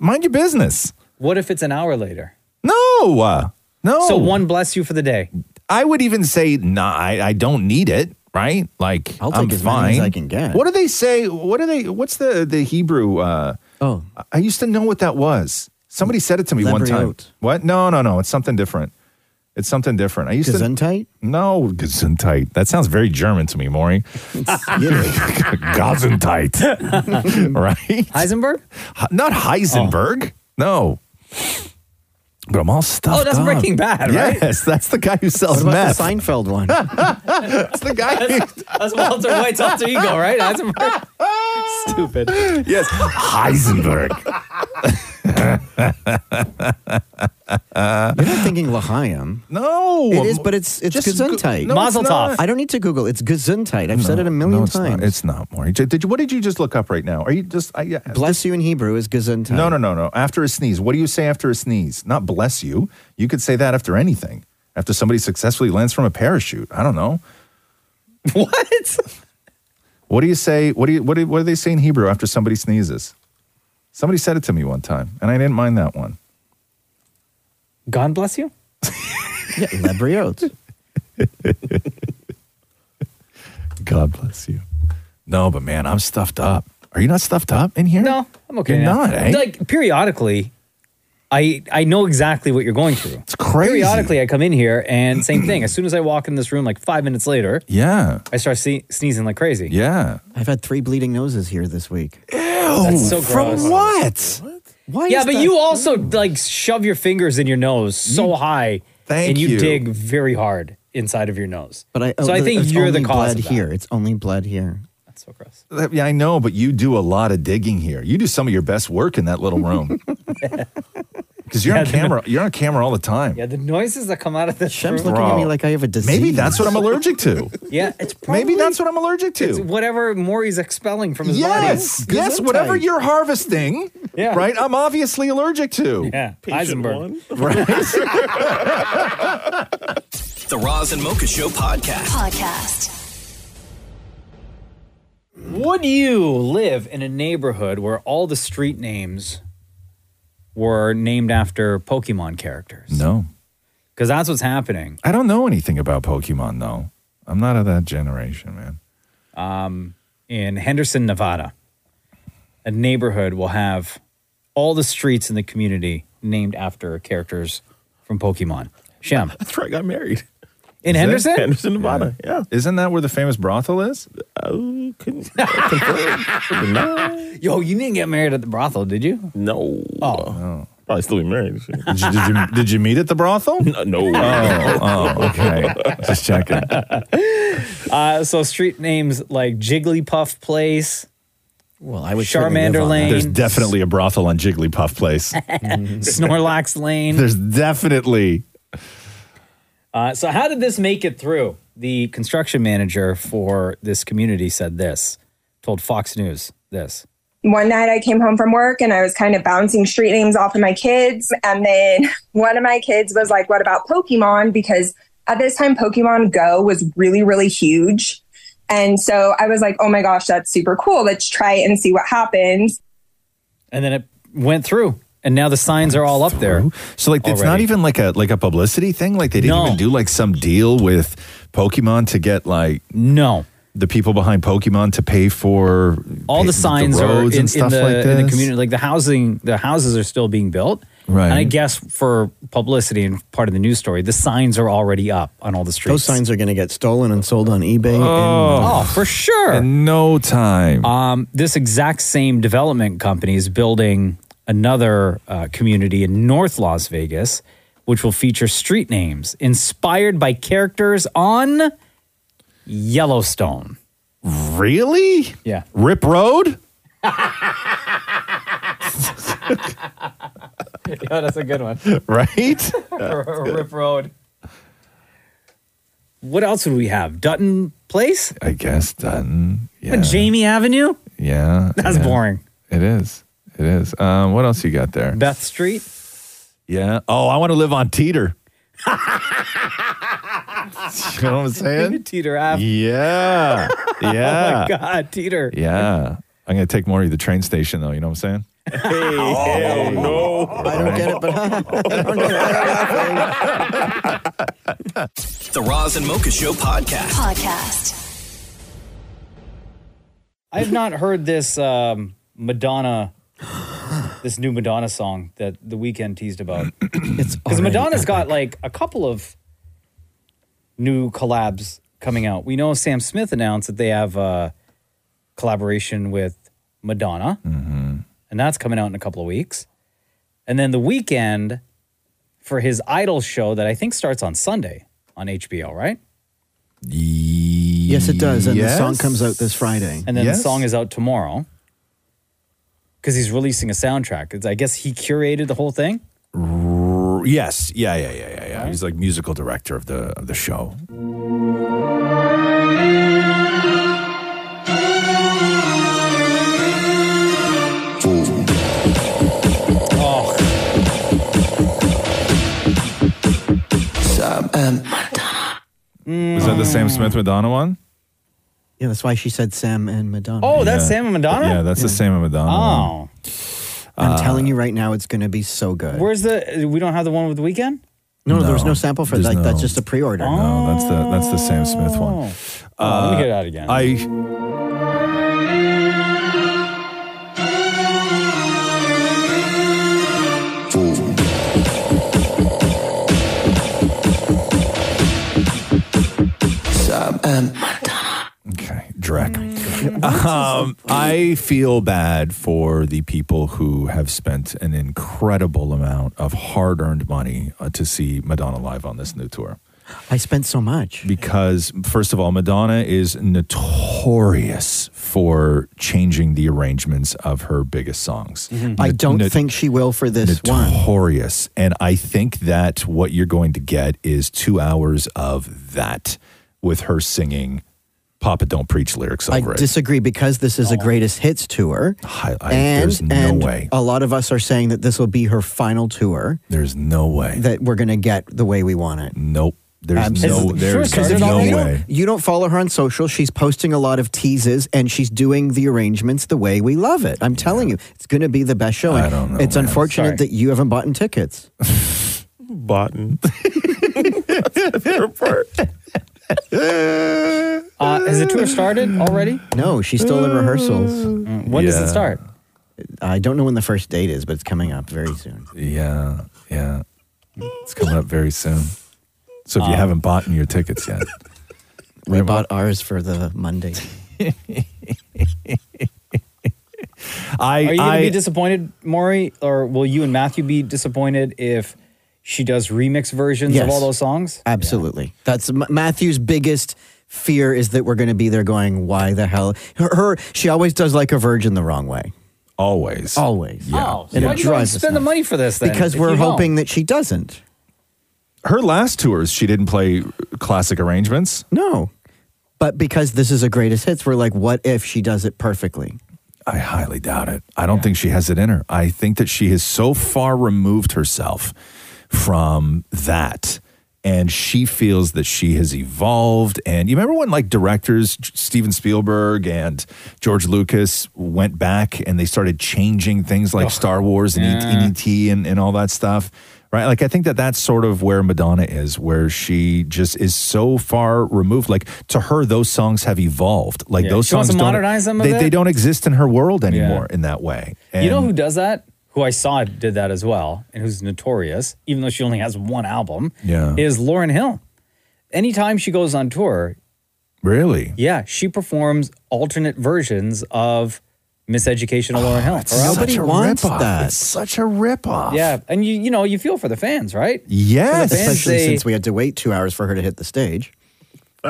Speaker 4: mind your business.
Speaker 6: What if it's an hour later?
Speaker 4: No, uh, no.
Speaker 6: So one bless you for the day.
Speaker 4: I would even say, nah, I, I don't need it. Right? Like
Speaker 6: I'll
Speaker 4: I'm
Speaker 6: take as
Speaker 4: fine.
Speaker 6: many as I can get.
Speaker 4: What do they say? What do they? What's the the Hebrew? Uh, oh, I used to know what that was. Somebody said it to me one time.
Speaker 5: Lebriot.
Speaker 4: What? No, no, no. It's something different. It's something different. I used
Speaker 5: Gesundheit?
Speaker 4: to. No, Gesundheit. That sounds very German to me, Maury. Gesundheit. right?
Speaker 6: Heisenberg? Oh.
Speaker 4: Not Heisenberg. No. But I'm all stuffed.
Speaker 6: that's
Speaker 4: up.
Speaker 6: Breaking Bad, right?
Speaker 4: Yes, that's the guy who sells
Speaker 5: What about
Speaker 4: meth.
Speaker 5: the Seinfeld one?
Speaker 4: that's the guy. That's,
Speaker 6: that's Walter White's alter ego, right? Heisenberg. Stupid.
Speaker 4: Yes, Heisenberg.
Speaker 5: You're not thinking L'Chaim.
Speaker 4: No.
Speaker 5: It is, but it's it's
Speaker 4: Oh, um, Just
Speaker 5: Gesundheit.
Speaker 4: go- no, it's Mazel tov. not.
Speaker 5: I don't need to Google. It's Gesundheit. I've
Speaker 4: No,
Speaker 5: said it a million
Speaker 4: no, it's
Speaker 5: times.
Speaker 4: Not, it's not Maury. J- Did you, what did you just look up right now? Are you just I, yeah,
Speaker 5: Bless you in Hebrew is Gesundheit.
Speaker 4: No, no, no, no. After a sneeze, what do you say after a sneeze? Not bless you. You could say that after anything. After somebody successfully lands from a parachute, I don't know.
Speaker 6: What?
Speaker 4: What do you say? What do you what do, what do they say in Hebrew after somebody sneezes? Somebody said it to me one time, and I didn't mind that one.
Speaker 6: God bless you.
Speaker 5: Yeah, Lebriot.
Speaker 4: God bless you. No, but man, I'm stuffed up. Are you not stuffed up in here? No,
Speaker 6: I'm okay.
Speaker 4: You're
Speaker 6: now.
Speaker 4: not, eh?
Speaker 6: Like periodically, I I know exactly what you're going through. It's
Speaker 4: crazy.
Speaker 6: Periodically, I come in here and same thing. As soon as I walk in this room, like five minutes later,
Speaker 4: yeah,
Speaker 6: I start see- sneezing like crazy.
Speaker 4: Yeah.
Speaker 5: I've had three bleeding noses here this week. Ew.
Speaker 6: That's so from
Speaker 4: what?
Speaker 6: gross.
Speaker 5: Why
Speaker 6: yeah,
Speaker 5: is
Speaker 6: but
Speaker 5: that-
Speaker 6: you also like shove your fingers in your nose so high,
Speaker 5: Thank
Speaker 6: and you,
Speaker 5: you.
Speaker 6: dig very hard inside of your nose.
Speaker 5: But I,
Speaker 6: so I
Speaker 5: oh,
Speaker 6: think
Speaker 5: it's
Speaker 6: you're
Speaker 5: only
Speaker 6: the cause.
Speaker 5: Blood
Speaker 6: Of that.
Speaker 5: here. It's only blood here.
Speaker 6: That's so gross.
Speaker 4: That- Yeah, I know, but you do a lot of digging here. You do some of your best work in that little room. Because you're on
Speaker 6: Yeah, the-
Speaker 4: camera, you're on camera all the time.
Speaker 6: Yeah, the noises that come out of the
Speaker 4: Shem's looking at me like
Speaker 5: I have a disease.
Speaker 4: Maybe that's what I'm allergic to.
Speaker 6: Yeah, it's probably,
Speaker 4: Maybe that's what I'm allergic to.
Speaker 6: It's whatever Maury's expelling from his body.
Speaker 4: yes, yes, whatever you're harvesting,
Speaker 6: Yeah.
Speaker 4: right? I'm obviously allergic to.
Speaker 6: Yeah, Patient Heisenberg.
Speaker 10: The Roz and Mocha Show podcast.
Speaker 8: Podcast.
Speaker 6: Would you live in a neighborhood where all the street names were named after Pokemon characters?
Speaker 4: No.
Speaker 6: Because that's what's happening.
Speaker 4: I don't know anything about Pokemon though. I'm not of that generation, man.
Speaker 6: Um, in Henderson, Nevada, a neighborhood will have all the streets in the community named after characters from Pokemon. Shem.
Speaker 11: That's where I got married.
Speaker 4: Is it?
Speaker 6: In Henderson?
Speaker 11: Henderson, Nevada. Yeah.
Speaker 4: Isn't that where the famous brothel is?
Speaker 11: Oh, couldn't.
Speaker 6: Yo, you didn't get married at the brothel, did you?
Speaker 11: No.
Speaker 6: Oh.
Speaker 11: Probably still be married.
Speaker 4: Did you, did you did you meet at the brothel?
Speaker 11: No.
Speaker 4: Oh, oh, okay. Just checking.
Speaker 6: Uh, so street names like Jigglypuff Place. Well, I
Speaker 4: was
Speaker 6: Charmander
Speaker 4: There's
Speaker 6: Lane,
Speaker 4: definitely a brothel on Jigglypuff Place.
Speaker 6: Snorlax Lane.
Speaker 4: There's definitely.
Speaker 6: Uh, so, how did this make it through? The construction manager for this community said this, told Fox News this.
Speaker 17: one night I came home from work and I was kind of bouncing street names off of my kids. And then one of my kids was like, What about Pokemon? Because at this time, Pokemon Go was really, really huge. And so I was like, Oh my gosh, that's super cool. Let's try it and see what happens.
Speaker 6: And then it went through. And now the signs are all up there.
Speaker 4: So like it's not even like a like a publicity thing. Like they didn't
Speaker 6: No.
Speaker 4: even do like some deal with Pokemon to get like
Speaker 6: no
Speaker 4: the people behind Pokemon to pay for
Speaker 6: all
Speaker 4: pay-
Speaker 6: the signs are in,
Speaker 4: roads
Speaker 6: in
Speaker 4: and stuff
Speaker 6: the,
Speaker 4: like
Speaker 6: in the
Speaker 4: this.
Speaker 6: community. Like the housing, the houses are still being built.
Speaker 4: Right.
Speaker 6: And I guess for publicity and part of the news story, the signs are already up on all the streets.
Speaker 5: Those signs are going to get stolen and sold on eBay.
Speaker 6: Oh,
Speaker 5: and,
Speaker 6: for sure.
Speaker 4: In no time.
Speaker 6: Um, this exact same development company is building another uh, community in North Las Vegas, which will feature street names inspired by characters on Yellowstone.
Speaker 4: Really?
Speaker 6: Yeah.
Speaker 4: Rip Road?
Speaker 6: yeah, that's a good one.
Speaker 4: Right?
Speaker 6: Rip Road. What else would we have? Dutton Place?
Speaker 4: I guess Dutton. Yeah.
Speaker 6: But Jamie Avenue?
Speaker 4: Yeah.
Speaker 6: That's
Speaker 4: yeah.
Speaker 6: boring.
Speaker 4: It is. It is. Um, what else you got there?
Speaker 6: Beth Street.
Speaker 4: Yeah. Oh, I want to live on Teeter. you know what I'm saying?
Speaker 6: Teeter Ave.
Speaker 4: Yeah. Yeah.
Speaker 6: oh my God, Teeter.
Speaker 4: Yeah. I'm going to take Maury to the train station, though. You know what I'm saying?
Speaker 11: oh, no.
Speaker 5: I don't get it, but
Speaker 10: The Roz and Mocha Show podcast.
Speaker 8: Podcast.
Speaker 6: I have not heard this um, Madonna, this new Madonna song that The Weeknd teased about.
Speaker 5: it's
Speaker 6: because Madonna's got like a couple of new collabs coming out. We know Sam Smith announced that they have a collaboration with Madonna, and that's coming out in a couple of weeks. And then The Weekend for his Idol show that I think starts on Sunday on HBO, right?
Speaker 5: yes, it does. And the song
Speaker 6: Yes.
Speaker 5: comes out this Friday.
Speaker 6: And then the song is out tomorrow because he's releasing a soundtrack. It's, I guess he curated the whole thing.
Speaker 7: R- yes. Yeah, yeah, yeah, yeah, yeah. He's like musical director of the of the show.
Speaker 4: Is that the
Speaker 6: Mm.
Speaker 4: Sam Smith Madonna one?
Speaker 5: Yeah, that's why she said Sam and Madonna.
Speaker 6: Oh, that's Sam and Madonna?
Speaker 4: Yeah, that's the Sam and Madonna. Uh,
Speaker 6: Oh.
Speaker 5: I'm telling you right now, it's going to be so good.
Speaker 6: Where's the, we don't have the one with the weekend?
Speaker 5: No, there was no sample for that. That's just a pre-order.
Speaker 4: No, that's the that's the Sam Smith one.
Speaker 6: Oh, let me get it out again.
Speaker 4: I Drek. Um, I feel bad for the people who have spent an incredible amount of hard-earned money uh, to see Madonna live on this new tour.
Speaker 5: I spent so much.
Speaker 4: Because, first of all, Madonna is notorious for changing the arrangements of her biggest songs.
Speaker 5: Mm-hmm. I don't
Speaker 4: No-
Speaker 5: think she will for this one.
Speaker 4: notorious. And I think that what you're going to get is two hours of that with her singing Papa Don't Preach lyrics
Speaker 5: I
Speaker 4: over it. Oh.
Speaker 5: disagree because this is a greatest hits tour.
Speaker 4: I- there's no
Speaker 5: and
Speaker 4: way.
Speaker 5: A lot of us are saying that this will be her final tour.
Speaker 4: There's no way.
Speaker 5: That we're going to get the way we want it.
Speaker 4: Nope. There's no, there's no
Speaker 5: you,
Speaker 4: way.
Speaker 5: Don't, you don't follow her on social. She's posting a lot of teases and she's doing the arrangements the way we love it. I'm telling you, it's going to be the best show. I don't know. It's unfortunate that you haven't bought in tickets.
Speaker 11: bought in.
Speaker 6: Uh, has the tour started already?
Speaker 5: No, she's still in rehearsals.
Speaker 6: Mm. when does it Yeah. start?
Speaker 5: I don't know when the first date is, but it's coming up very soon.
Speaker 4: Yeah, yeah. It's coming up very soon. So if you haven't bought your tickets yet,
Speaker 5: Um, we bought ours for the Monday.
Speaker 4: I
Speaker 6: Are you going
Speaker 4: I-
Speaker 6: to be disappointed, Maury, or will you and Matthew be disappointed if she does remix versions
Speaker 5: Yes.
Speaker 6: of all those songs?
Speaker 5: Absolutely. That's M- Matthew's biggest fear is that we're going to be there going, why the hell? Her, her- she always does like a virgin the wrong way.
Speaker 4: Always.
Speaker 5: Always.
Speaker 6: Oh, so why do you even spend the money for this? Then,
Speaker 5: Because
Speaker 6: if
Speaker 5: we're
Speaker 6: you don't?
Speaker 5: hoping that she doesn't.
Speaker 4: her last tours, she didn't play classic arrangements.
Speaker 5: No. But because this is a greatest hits, we're like, what if she does it perfectly?
Speaker 4: I highly doubt it. I don't think she has it in her. I think that she has so far removed herself from that. And she feels that she has evolved. And you remember when, like, directors, J- Steven Spielberg and George Lucas, went back and they started changing things like Star Wars and E-
Speaker 16: Yeah.
Speaker 4: and ET and, and all that stuff, right? Like, I think that that's sort of where Madonna is, where she just is so far removed. Like, to her, those songs have evolved. Like,
Speaker 6: Yeah.
Speaker 4: those
Speaker 6: She wants
Speaker 4: songs
Speaker 6: to
Speaker 4: don't-
Speaker 6: modernize them a
Speaker 4: They,
Speaker 6: bit?
Speaker 4: they don't exist in her world anymore in that way.
Speaker 6: you know
Speaker 4: And-
Speaker 6: who does that? Who I saw did that as well, and who's notorious, even though she only has one album,
Speaker 4: Yeah.
Speaker 6: is Lauren Hill. Anytime she goes on tour,
Speaker 4: really?
Speaker 6: yeah, she performs alternate versions of Miseducational Lauren Hill.
Speaker 4: It's
Speaker 6: Her album.
Speaker 4: Oh, such a ripoff. It's such a ripoff.
Speaker 6: Yeah, and you you know you feel for the fans, right?
Speaker 4: Yes.
Speaker 6: For the fans,
Speaker 5: Especially
Speaker 6: they-
Speaker 5: since we had to wait two hours for her to hit the stage.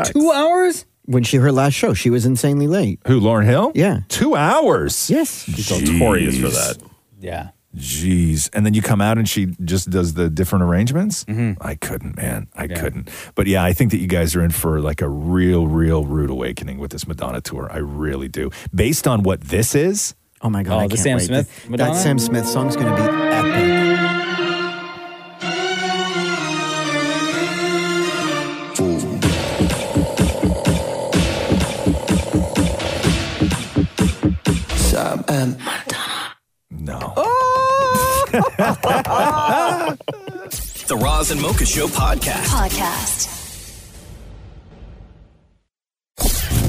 Speaker 6: Two hours?
Speaker 5: When she her last show, she was insanely late.
Speaker 4: Who, Lauren Hill?
Speaker 5: Yeah.
Speaker 4: Two hours.
Speaker 5: Yes.
Speaker 4: She's
Speaker 18: notorious for that.
Speaker 6: Yeah.
Speaker 4: Jeez. And then you come out and she just does the different arrangements? I couldn't, man. I couldn't. But yeah, I think that you guys are in for like a real, real rude awakening with this Madonna tour. I really do. Based on what this is.
Speaker 5: Oh my God. I can't wait. That- That, Sam Smith song's going to be epic.
Speaker 3: Sam and
Speaker 4: Uh-huh.
Speaker 10: The Roz and Mocha Show podcast.
Speaker 8: Podcast.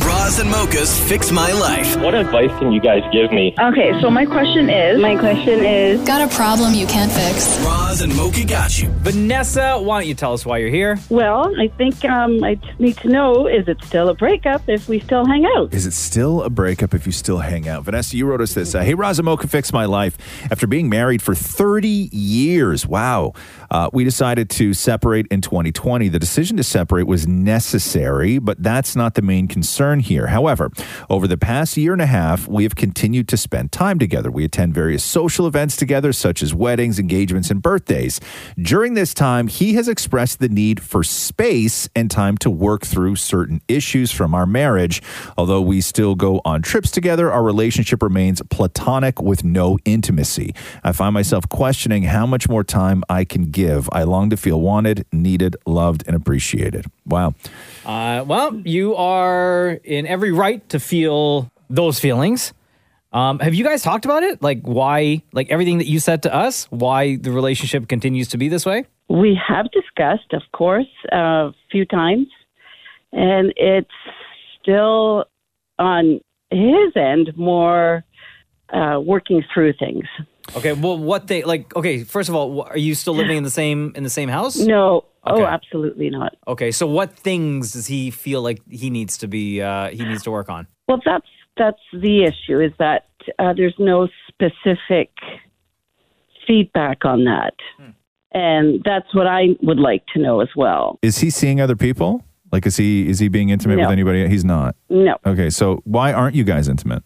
Speaker 10: Roz and Mocha's Fix My Life.
Speaker 19: What advice can you guys give me?
Speaker 8: Okay, so my question is. My question is. Got a problem you can't fix?
Speaker 10: Roz and Mocha got you.
Speaker 6: Vanessa, why don't you tell us why you're here?
Speaker 20: Well, I think um, I just need to know is it still a breakup if we still hang out?
Speaker 4: Is it still a breakup if you still hang out? Vanessa, you wrote us this. Uh, hey, Razumo can fix my life. After being married for 30 years, wow, uh, we decided to separate in 2020. The decision to separate was necessary, but that's not the main concern here. However, over the past year and a half, we have continued to spend time together. We attend various social events together, such as weddings, engagements, and birthdays. During this time, he has expressed the need for space and time to work through certain issues from our marriage. Although we still go on trips together, our relationship remains platonic with no intimacy. I find myself questioning how much more time I can give. I long to feel wanted, needed, loved, and appreciated. Wow.
Speaker 6: Uh, well, you are in every right to feel those feelings. Um, have you guys talked about it? Like why? Like everything that you said to us, why the relationship continues to be this way?
Speaker 20: We have discussed, of course, a few times, and it's still on his end more uh, working through things.
Speaker 6: Okay. Well, what they like? Okay, first of all, wh- are you still living in the same in the same house?
Speaker 20: No,
Speaker 6: Okay.
Speaker 20: oh, absolutely not.
Speaker 6: Okay. So, what things does he feel like he needs to be uh, he needs to work on?
Speaker 20: Well, that's that's the issue is that uh, there's no specific feedback on that, and that's what I would like to know as well.
Speaker 4: Is he seeing other people? Like, is he is he being intimate
Speaker 20: No.
Speaker 4: with anybody? He's not.
Speaker 20: No.
Speaker 4: Okay, so why aren't you guys intimate?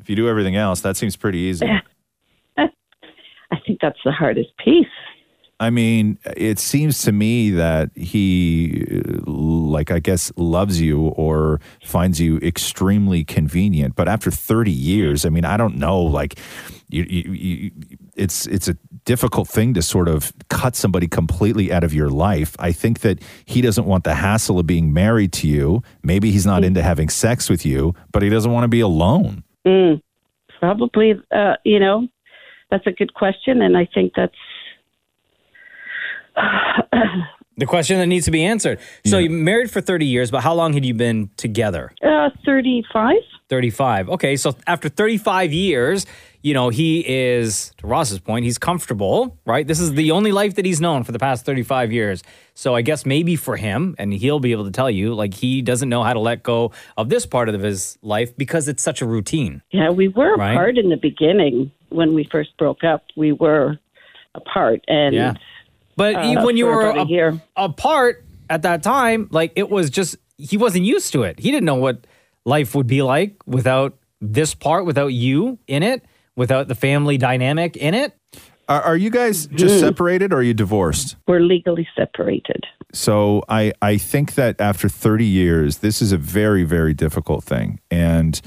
Speaker 4: If you do everything else, that seems pretty e easy.
Speaker 20: I think that's the hardest piece.
Speaker 4: I mean, it seems to me that he, uh, like, I guess, loves you or finds you extremely convenient. But after 30 years, I mean, I don't know. Like, you, you, you, it's it's a difficult thing to sort of cut somebody completely out of your life. I think that he doesn't want the hassle of being married to you. Maybe he's not into having sex with you, but he doesn't want to be alone.
Speaker 20: Mm, probably, uh, you know, that's a good question, and I think that's
Speaker 6: The question that needs to be answered. So, you married for thirty years, but how long had you been together?
Speaker 20: uh, thirty-five.
Speaker 6: Thirty five. Okay, so after thirty five years, you know, he is, to Ross's point, he's comfortable, right? This is the only life that he's known for the past 35 years. So I guess maybe for him, and he'll be able to tell you, like, he doesn't know how to let go of this part of his life because it's such a routine.
Speaker 20: Yeah, we were
Speaker 6: Right.
Speaker 20: apart in the beginning when we first broke up. We were apart, and
Speaker 6: Yeah. But
Speaker 20: uh,
Speaker 6: even when you
Speaker 20: for
Speaker 6: were
Speaker 20: about a
Speaker 6: a- apart at that time, like it was just he wasn't used to it. He didn't know what life would be like without this part, without you in it, without the family dynamic in it.
Speaker 4: Are, are you guys just separated or are you divorced?
Speaker 20: Mm. We're legally separated.
Speaker 4: So I, I think that after 30 years, this is a very, very difficult thing. And,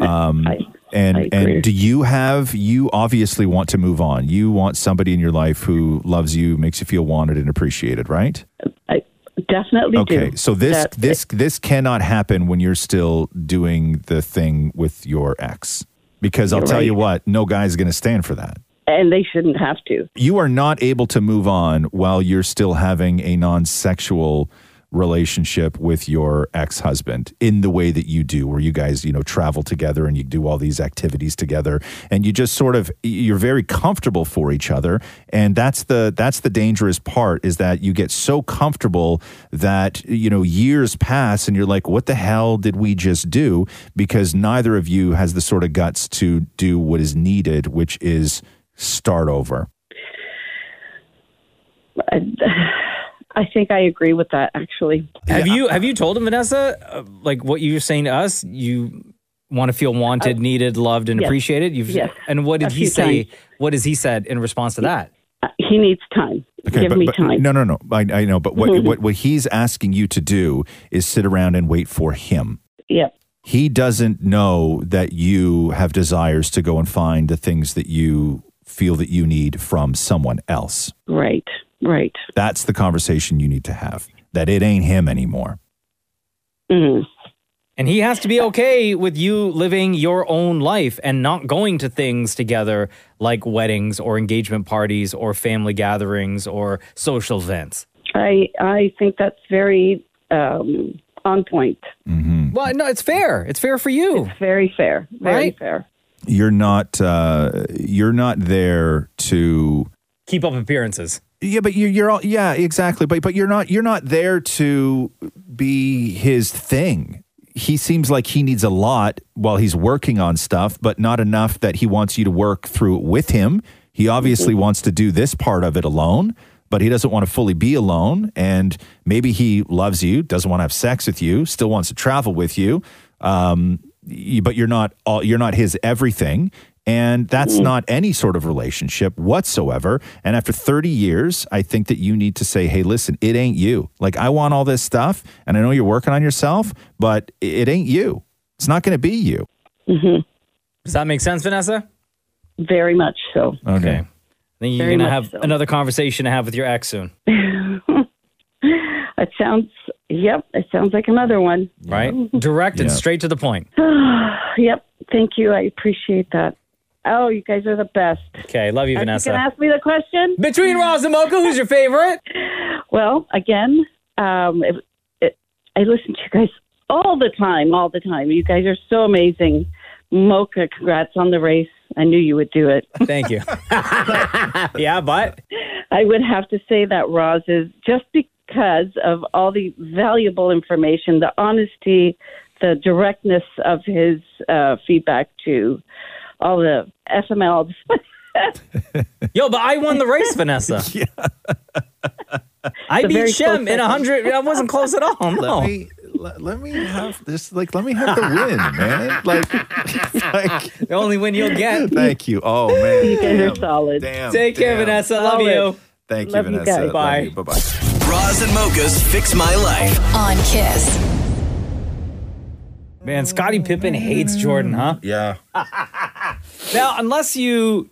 Speaker 4: um, and, and do you have, you obviously want to move on. You want somebody in your life who loves you, makes you feel wanted and appreciated, right?
Speaker 20: Definitely do.
Speaker 4: okay. So this,
Speaker 20: That's
Speaker 4: this, this cannot happen when you're still doing the thing with your ex, because I'll
Speaker 20: You're
Speaker 4: tell
Speaker 20: right.
Speaker 4: you what, no guy's going to stand for that.
Speaker 20: and they shouldn't have to.
Speaker 4: you are not able to move on while you're still having a non-sexual relationship with your ex-husband in the way that you do where you guys you know travel together and you do all these activities together and you just sort of you're very comfortable for each other and that's the that's the dangerous part is that you get so comfortable that you know years pass and you're like what the hell did we just do because neither of you has the sort of guts to do what is needed which is start over
Speaker 20: I, I think I agree with that. Actually,
Speaker 6: Have you have you told him Vanessa uh, like what you were saying to us? You want to feel wanted, needed, loved, and
Speaker 20: Uh, yes.
Speaker 6: appreciated. You've
Speaker 20: Yes.
Speaker 6: and what did
Speaker 20: A
Speaker 6: he
Speaker 20: few
Speaker 6: say?
Speaker 20: times.
Speaker 6: What has he said in response to that?
Speaker 20: he needs time. Give
Speaker 4: but,
Speaker 20: me
Speaker 4: but-
Speaker 20: time. Mm-hmm.
Speaker 4: No, no, no. I, I know, but what, what what he's asking you to do is sit around and wait for him.
Speaker 20: Yeah.
Speaker 4: He doesn't know that you have desires to go and find the things that you feel that you need from someone else.
Speaker 20: Right. Right.
Speaker 4: That's the conversation you need to have. That it ain't him anymore.
Speaker 20: Mm-hmm.
Speaker 6: And he has to be okay with you living your own life and not going to things together like weddings or engagement parties or family gatherings or social events.
Speaker 20: I I think that's very um, on point.
Speaker 6: Well, no, it's fair. It's fair for you. It's
Speaker 20: very fair. Very
Speaker 6: Right?
Speaker 20: fair.
Speaker 4: You're not uh, you're not there to
Speaker 6: Keep up appearances.
Speaker 4: Yeah, but you're you're all yeah, exactly. But but you're not you're not there to be his thing. He seems like he needs a lot while he's working on stuff, but not enough that he wants you to work through it with him. He obviously wants to do this part of it alone, but he doesn't want to fully be alone. And maybe he loves you, doesn't want to have sex with you, still wants to travel with you. Um, you- but you're not all, you're not his everything and that's not any sort of relationship whatsoever and after 30 years i think that you need to say hey listen it ain't you like i want all this stuff and i know you're working on yourself but i- it ain't you it's not going to be you
Speaker 20: hmm
Speaker 6: Does that make sense, Vanessa?
Speaker 20: Very much so.
Speaker 4: okay
Speaker 6: Then you're going
Speaker 20: Very
Speaker 6: to
Speaker 20: much
Speaker 6: have
Speaker 20: so.
Speaker 6: another conversation to have with your ex soon,
Speaker 20: It sounds. Yep. It sounds like another one.
Speaker 6: right? Direct and straight to the point.
Speaker 20: yep. Thank you. I appreciate that. Oh, you guys are the best.
Speaker 6: Okay, love you,
Speaker 20: Are
Speaker 6: Vanessa.
Speaker 20: You can ask me the question.
Speaker 6: Between Roz and Mocha, who's your favorite?
Speaker 20: Well, again, um, it, it, I listen to you guys all the time, all the time. You guys are so amazing. Mocha, congrats on the race. I knew you would do it.
Speaker 6: Thank you. yeah, but
Speaker 20: I would have to say that Roz is just because of all the valuable information, the honesty, the directness of his uh, feedback to all the FMLs.
Speaker 6: Yo, but I won the race, Vanessa. I
Speaker 4: It's a very
Speaker 6: beat Shem
Speaker 4: close
Speaker 6: in
Speaker 4: second.
Speaker 6: 100. I wasn't close at all.
Speaker 4: Let
Speaker 6: No.
Speaker 4: me- let, let me have this like let me have the win man like, like
Speaker 6: the only win you'll get
Speaker 4: thank you oh man
Speaker 20: You guys are
Speaker 4: Damn.
Speaker 20: solid.
Speaker 4: Damn,
Speaker 6: Take care,
Speaker 4: damn.
Speaker 6: Vanessa. Love you.
Speaker 4: thank you
Speaker 6: Love you
Speaker 4: vanessa
Speaker 6: guys.
Speaker 4: Love
Speaker 6: Bye.
Speaker 4: you. bye-bye
Speaker 10: Roz and Mocha's Fix My Life.
Speaker 8: On Kiss.
Speaker 6: Man, Scottie Pippen hates Jordan, huh?
Speaker 4: Yeah.
Speaker 6: now, unless you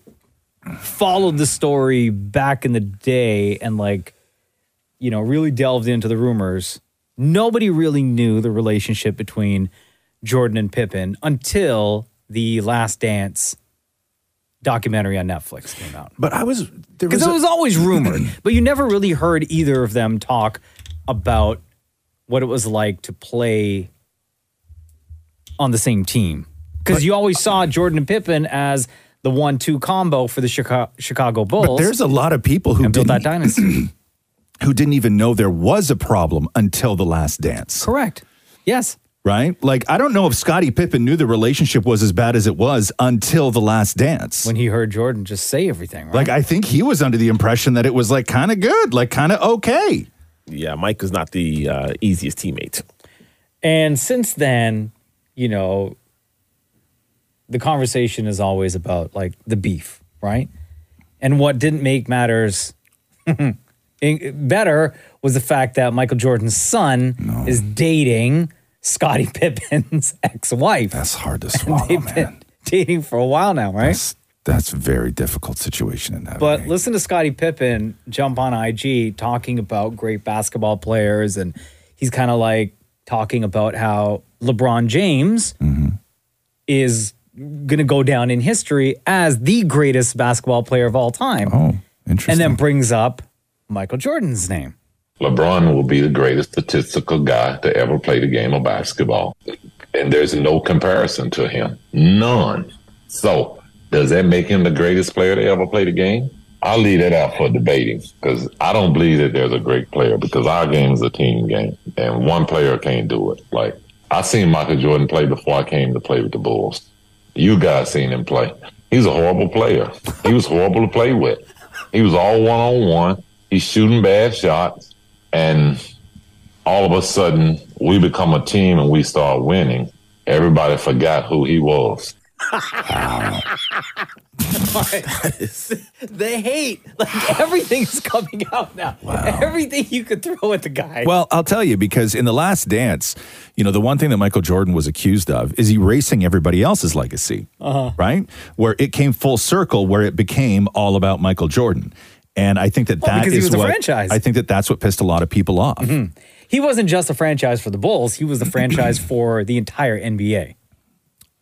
Speaker 6: followed the story back in the day and like, you know, really delved into the rumors, nobody really knew the relationship between Jordan and Pippen until the Last Dance documentary on Netflix came out.
Speaker 4: But I was
Speaker 6: because it was always rumored, but you never really heard either of them talk about what it was like to play on the same team. Because you always saw Jordan and Pippen as the one-two combo for the Chicago, Chicago Bulls.
Speaker 4: But there's a lot of people who
Speaker 6: and build
Speaker 4: didn't, e-
Speaker 6: that dynasty.
Speaker 4: who didn't even know there was a problem until the last dance.
Speaker 6: Correct. Yes.
Speaker 4: Right? Like, I don't know if Scottie Pippen knew the relationship was as bad as it was until the last dance.
Speaker 6: When he heard Jordan just say everything, right?
Speaker 4: Like, I think he was under the impression that it was like kind of good, like kind of okay.
Speaker 11: Yeah, Mike was not the uh, easiest teammate.
Speaker 6: And since then, you know, the conversation is always about like the beef, right? And what didn't make matters in- better was the fact that Michael Jordan's son is dating Scottie Pippen's ex-wife. That's
Speaker 4: hard to
Speaker 6: swallow. They've been dating for a while now, right?
Speaker 4: That's a very difficult situation in that.
Speaker 6: But listen to Scottie Pippen jump on IG talking about great basketball players, and he's kind of like talking about how LeBron James
Speaker 4: Mm-hmm.
Speaker 6: is going to go down in history as the greatest basketball player of all time. Oh,
Speaker 4: interesting.
Speaker 6: And then brings up Michael Jordan's name.
Speaker 21: LeBron will be the greatest statistical guy to ever play the game of basketball. And there's no comparison to him. None. So, does that make him the greatest player to ever play the game? I'll leave that out for debating because I don't believe that there's a great player because our game is a team game and one player can't do it. Like, I seen Michael Jordan play before I came to play with the Bulls. You guys seen him play. He's a horrible player. He was horrible to play with. He was all one on one. He's shooting bad shots. And all of a sudden, we become a team and we start winning. Everybody forgot who he was.
Speaker 6: the hate, like everything's coming out now. Everything you could throw at the guy.
Speaker 4: Well, I'll tell you because in the last dance, you know, the one thing that Michael Jordan was accused of is erasing everybody else's legacy,
Speaker 1: Uh-huh.
Speaker 4: right? Where it came full circle, where it became all about Michael Jordan. And I think that
Speaker 6: Well,
Speaker 4: that
Speaker 6: because he
Speaker 4: is
Speaker 6: was a
Speaker 4: what
Speaker 6: franchise.
Speaker 4: I think that that's what pissed a lot of people off.
Speaker 6: Mhm. He wasn't just a franchise for the Bulls, he was the franchise for the entire NBA.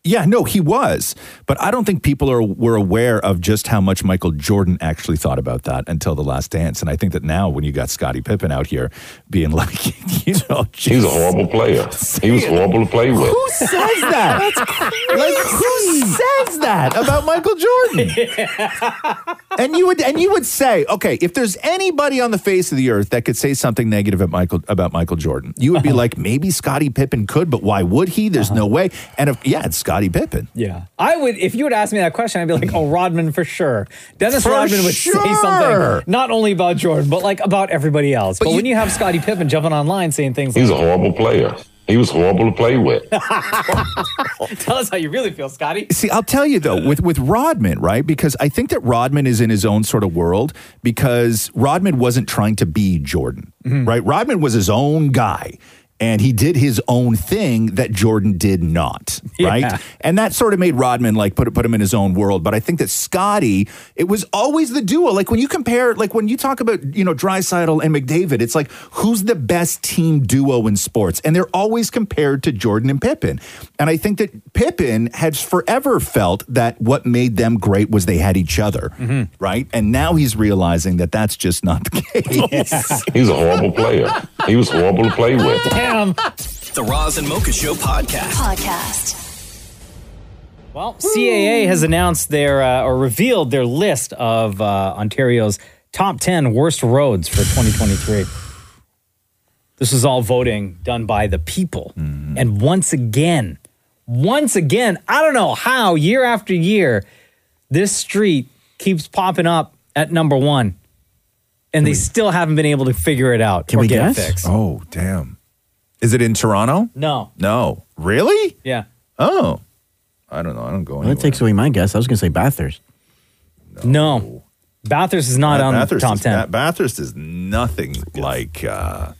Speaker 4: Yeah, no, he was, but I don't think people are were aware of just how much Michael Jordan actually thought about that until the last dance. And I think that now, when you got Scottie Pippen out here being like, you know,
Speaker 21: He's a horrible player. He was horrible to play with.
Speaker 4: Who says that? That's crazy. Like who says that about Michael Jordan? and you would and you would say, okay, if there's anybody on the face of the earth that could say something negative at Michael about Michael Jordan, you would be like, maybe Scottie Pippen could, but why would he? There's no way. And if, yeah, it's Scottie Pippen.
Speaker 6: Yeah. I would, if you would ask me that question, I'd be like, oh, Rodman for sure. Dennis
Speaker 4: For
Speaker 6: Rodman would say
Speaker 4: sure.
Speaker 6: something, not only about Jordan, but like about everybody else. But, when you have Scottie Pippen jumping online saying things
Speaker 21: He's a
Speaker 6: like,
Speaker 21: horrible player. He was horrible to play with.
Speaker 6: tell us how you really feel, Scotty.
Speaker 4: See, I'll tell you though, with with Rodman, right? Because I think that Rodman is in his own sort of world because Rodman wasn't trying to be Jordan, right? Rodman was his own guy. And he did his own thing that Jordan did not, right?
Speaker 1: Yeah.
Speaker 4: And that sort of made Rodman like put put him in his own world. But I think that Scotty, it was always the duo. Like when you compare, like when you talk about you know Drysidle and McDavid, it's like who's the best team duo in sports, and they're always compared to Jordan and Pippen. And I think that Pippen has forever felt that what made them great was they had each other,
Speaker 1: Mm-hmm.
Speaker 4: right? And now he's realizing that that's just not the case.
Speaker 21: He's a horrible player. He was horrible to play with.
Speaker 6: Damn.
Speaker 10: The Roz and Mocha Show podcast.
Speaker 8: Podcast.
Speaker 6: Well, CAA has announced their uh, or revealed their list of uh, Ontario's top 10 worst roads for 2023. This is all voting done by the people. And once again, once again, I don't know how year after year this street keeps popping up at number 1 and they still haven't been able to figure it out or get it fixed.
Speaker 4: Oh, damn! Is it in Toronto?
Speaker 6: No.
Speaker 4: No, really?
Speaker 6: Yeah.
Speaker 4: Oh, I don't know. I don't go
Speaker 5: Well,
Speaker 4: anywhere.
Speaker 5: that takes away my guess. I was going to say Bathurst.
Speaker 6: No. Bathurst is not
Speaker 4: Ba-
Speaker 6: on the
Speaker 4: Bathurst
Speaker 6: top
Speaker 4: is,
Speaker 6: 10.
Speaker 4: Ba- Bathurst is nothing like. Uh,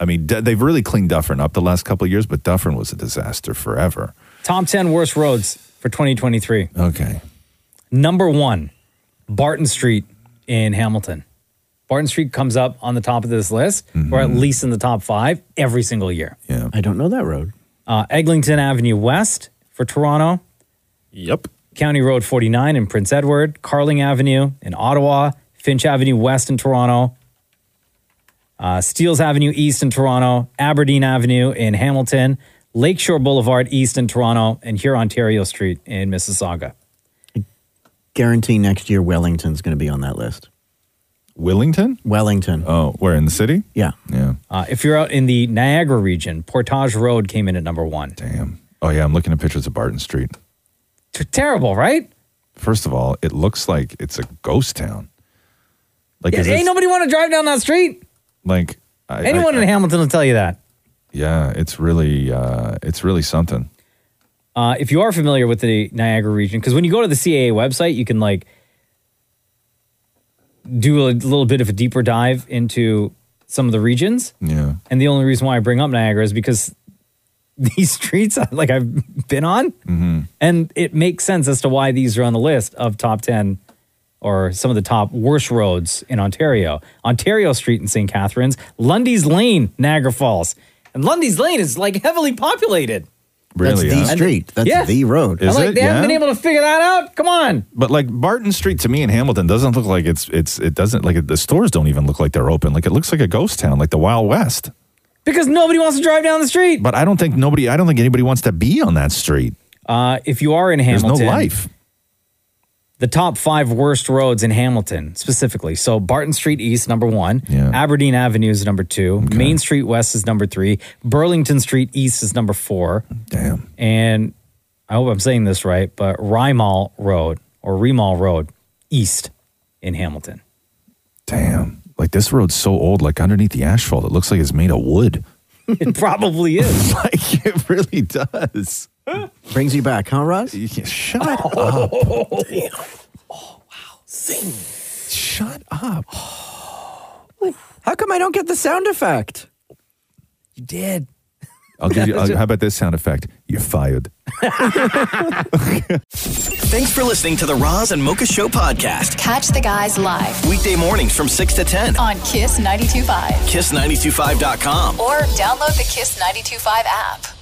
Speaker 4: I mean, D- they've really cleaned Dufferin up the last couple of years, but Dufferin was a disaster forever.
Speaker 6: Top 10 worst roads for 2023.
Speaker 4: Okay.
Speaker 6: Number one, Barton Street in Hamilton. Barton Street comes up on the top of this list, or at least in the top five every single year.
Speaker 4: Yeah.
Speaker 5: I don't know that road.
Speaker 6: Uh, Eglinton Avenue West for Toronto.
Speaker 11: Yep.
Speaker 6: County Road 49 in Prince Edward. Carling Avenue in Ottawa. Finch Avenue West in Toronto. Uh, Steeles Avenue East in Toronto. Aberdeen Avenue in Hamilton. Lakeshore Boulevard East in Toronto. And here, Ontario Street in Mississauga.
Speaker 5: guarantee next year Wellington's going to be on that list.
Speaker 4: Willington?
Speaker 5: Wellington.
Speaker 4: Oh, where in the city?
Speaker 5: Yeah.
Speaker 4: Yeah.
Speaker 6: Uh, if you're out in the Niagara region, Portage Road came in at number one.
Speaker 4: Damn. Oh yeah, I'm looking at pictures of Barton Street.
Speaker 6: terrible, right?
Speaker 4: First of all, it looks like it's a ghost town. Like,
Speaker 6: Yeah,
Speaker 4: is
Speaker 6: ain't
Speaker 4: this-
Speaker 6: nobody want to drive down that street.
Speaker 4: like I,
Speaker 6: Anyone
Speaker 4: I-
Speaker 6: in Hamilton will tell you that.
Speaker 4: yeah, it's really, uh, it's really something.
Speaker 6: Uh, if you are familiar with the Niagara region, because when you go to the CAA website, you can like do a little bit of a deeper dive into some of the regions.
Speaker 4: Yeah.
Speaker 6: And the only reason why I bring up Niagara is because these streets, like I've been on, and it makes sense as to why these are on the list of top 10 or some of the top worst roads in Ontario. Ontario Street in St. Catharines, Lundy's Lane, Niagara Falls. And Lundy's Lane is like heavily populated.
Speaker 4: Really,
Speaker 5: That's the
Speaker 4: huh?
Speaker 5: street. That's
Speaker 6: Yeah.
Speaker 5: the road.
Speaker 6: I'm
Speaker 4: Is
Speaker 6: like,
Speaker 4: it?
Speaker 6: they
Speaker 4: Yeah?
Speaker 6: haven't been able to figure that out. Come on.
Speaker 4: But like Barton Street to me in Hamilton doesn't look like it's it's it doesn't like the stores don't even look like they're open. Like it looks like a ghost town, like the Wild West.
Speaker 6: Because nobody wants to drive down the street.
Speaker 4: But I don't think nobody, I don't think anybody wants to be on that street.
Speaker 6: Uh, if you are in
Speaker 4: There's no
Speaker 6: Hamilton,
Speaker 4: life.
Speaker 6: The top five worst roads in Hamilton specifically. So Barton Street East, number one. Aberdeen Avenue is number two. Main Street West is number three. Burlington Street East is number four.
Speaker 4: Damn.
Speaker 6: And I hope I'm saying this right, but Rymal Road or Remall Road East in Hamilton.
Speaker 4: Like this road's so old, like underneath the asphalt, it looks like it's made of wood.
Speaker 6: It probably is.
Speaker 4: like it really does.
Speaker 5: Brings you back, huh, Russ? Oh,
Speaker 4: Shut up. Damn. Shut up.
Speaker 5: How come I don't get the sound effect?
Speaker 6: You did.
Speaker 4: I'll give you. I'll, how about this sound effect? You're fired.
Speaker 10: Thanks for listening to the Roz and Mocha Show podcast.
Speaker 8: Catch the guys live
Speaker 10: Weekday mornings from 6 to 10.
Speaker 8: on Kiss 92.5
Speaker 10: Kiss925.com.
Speaker 8: or download the Kiss 92.5 app.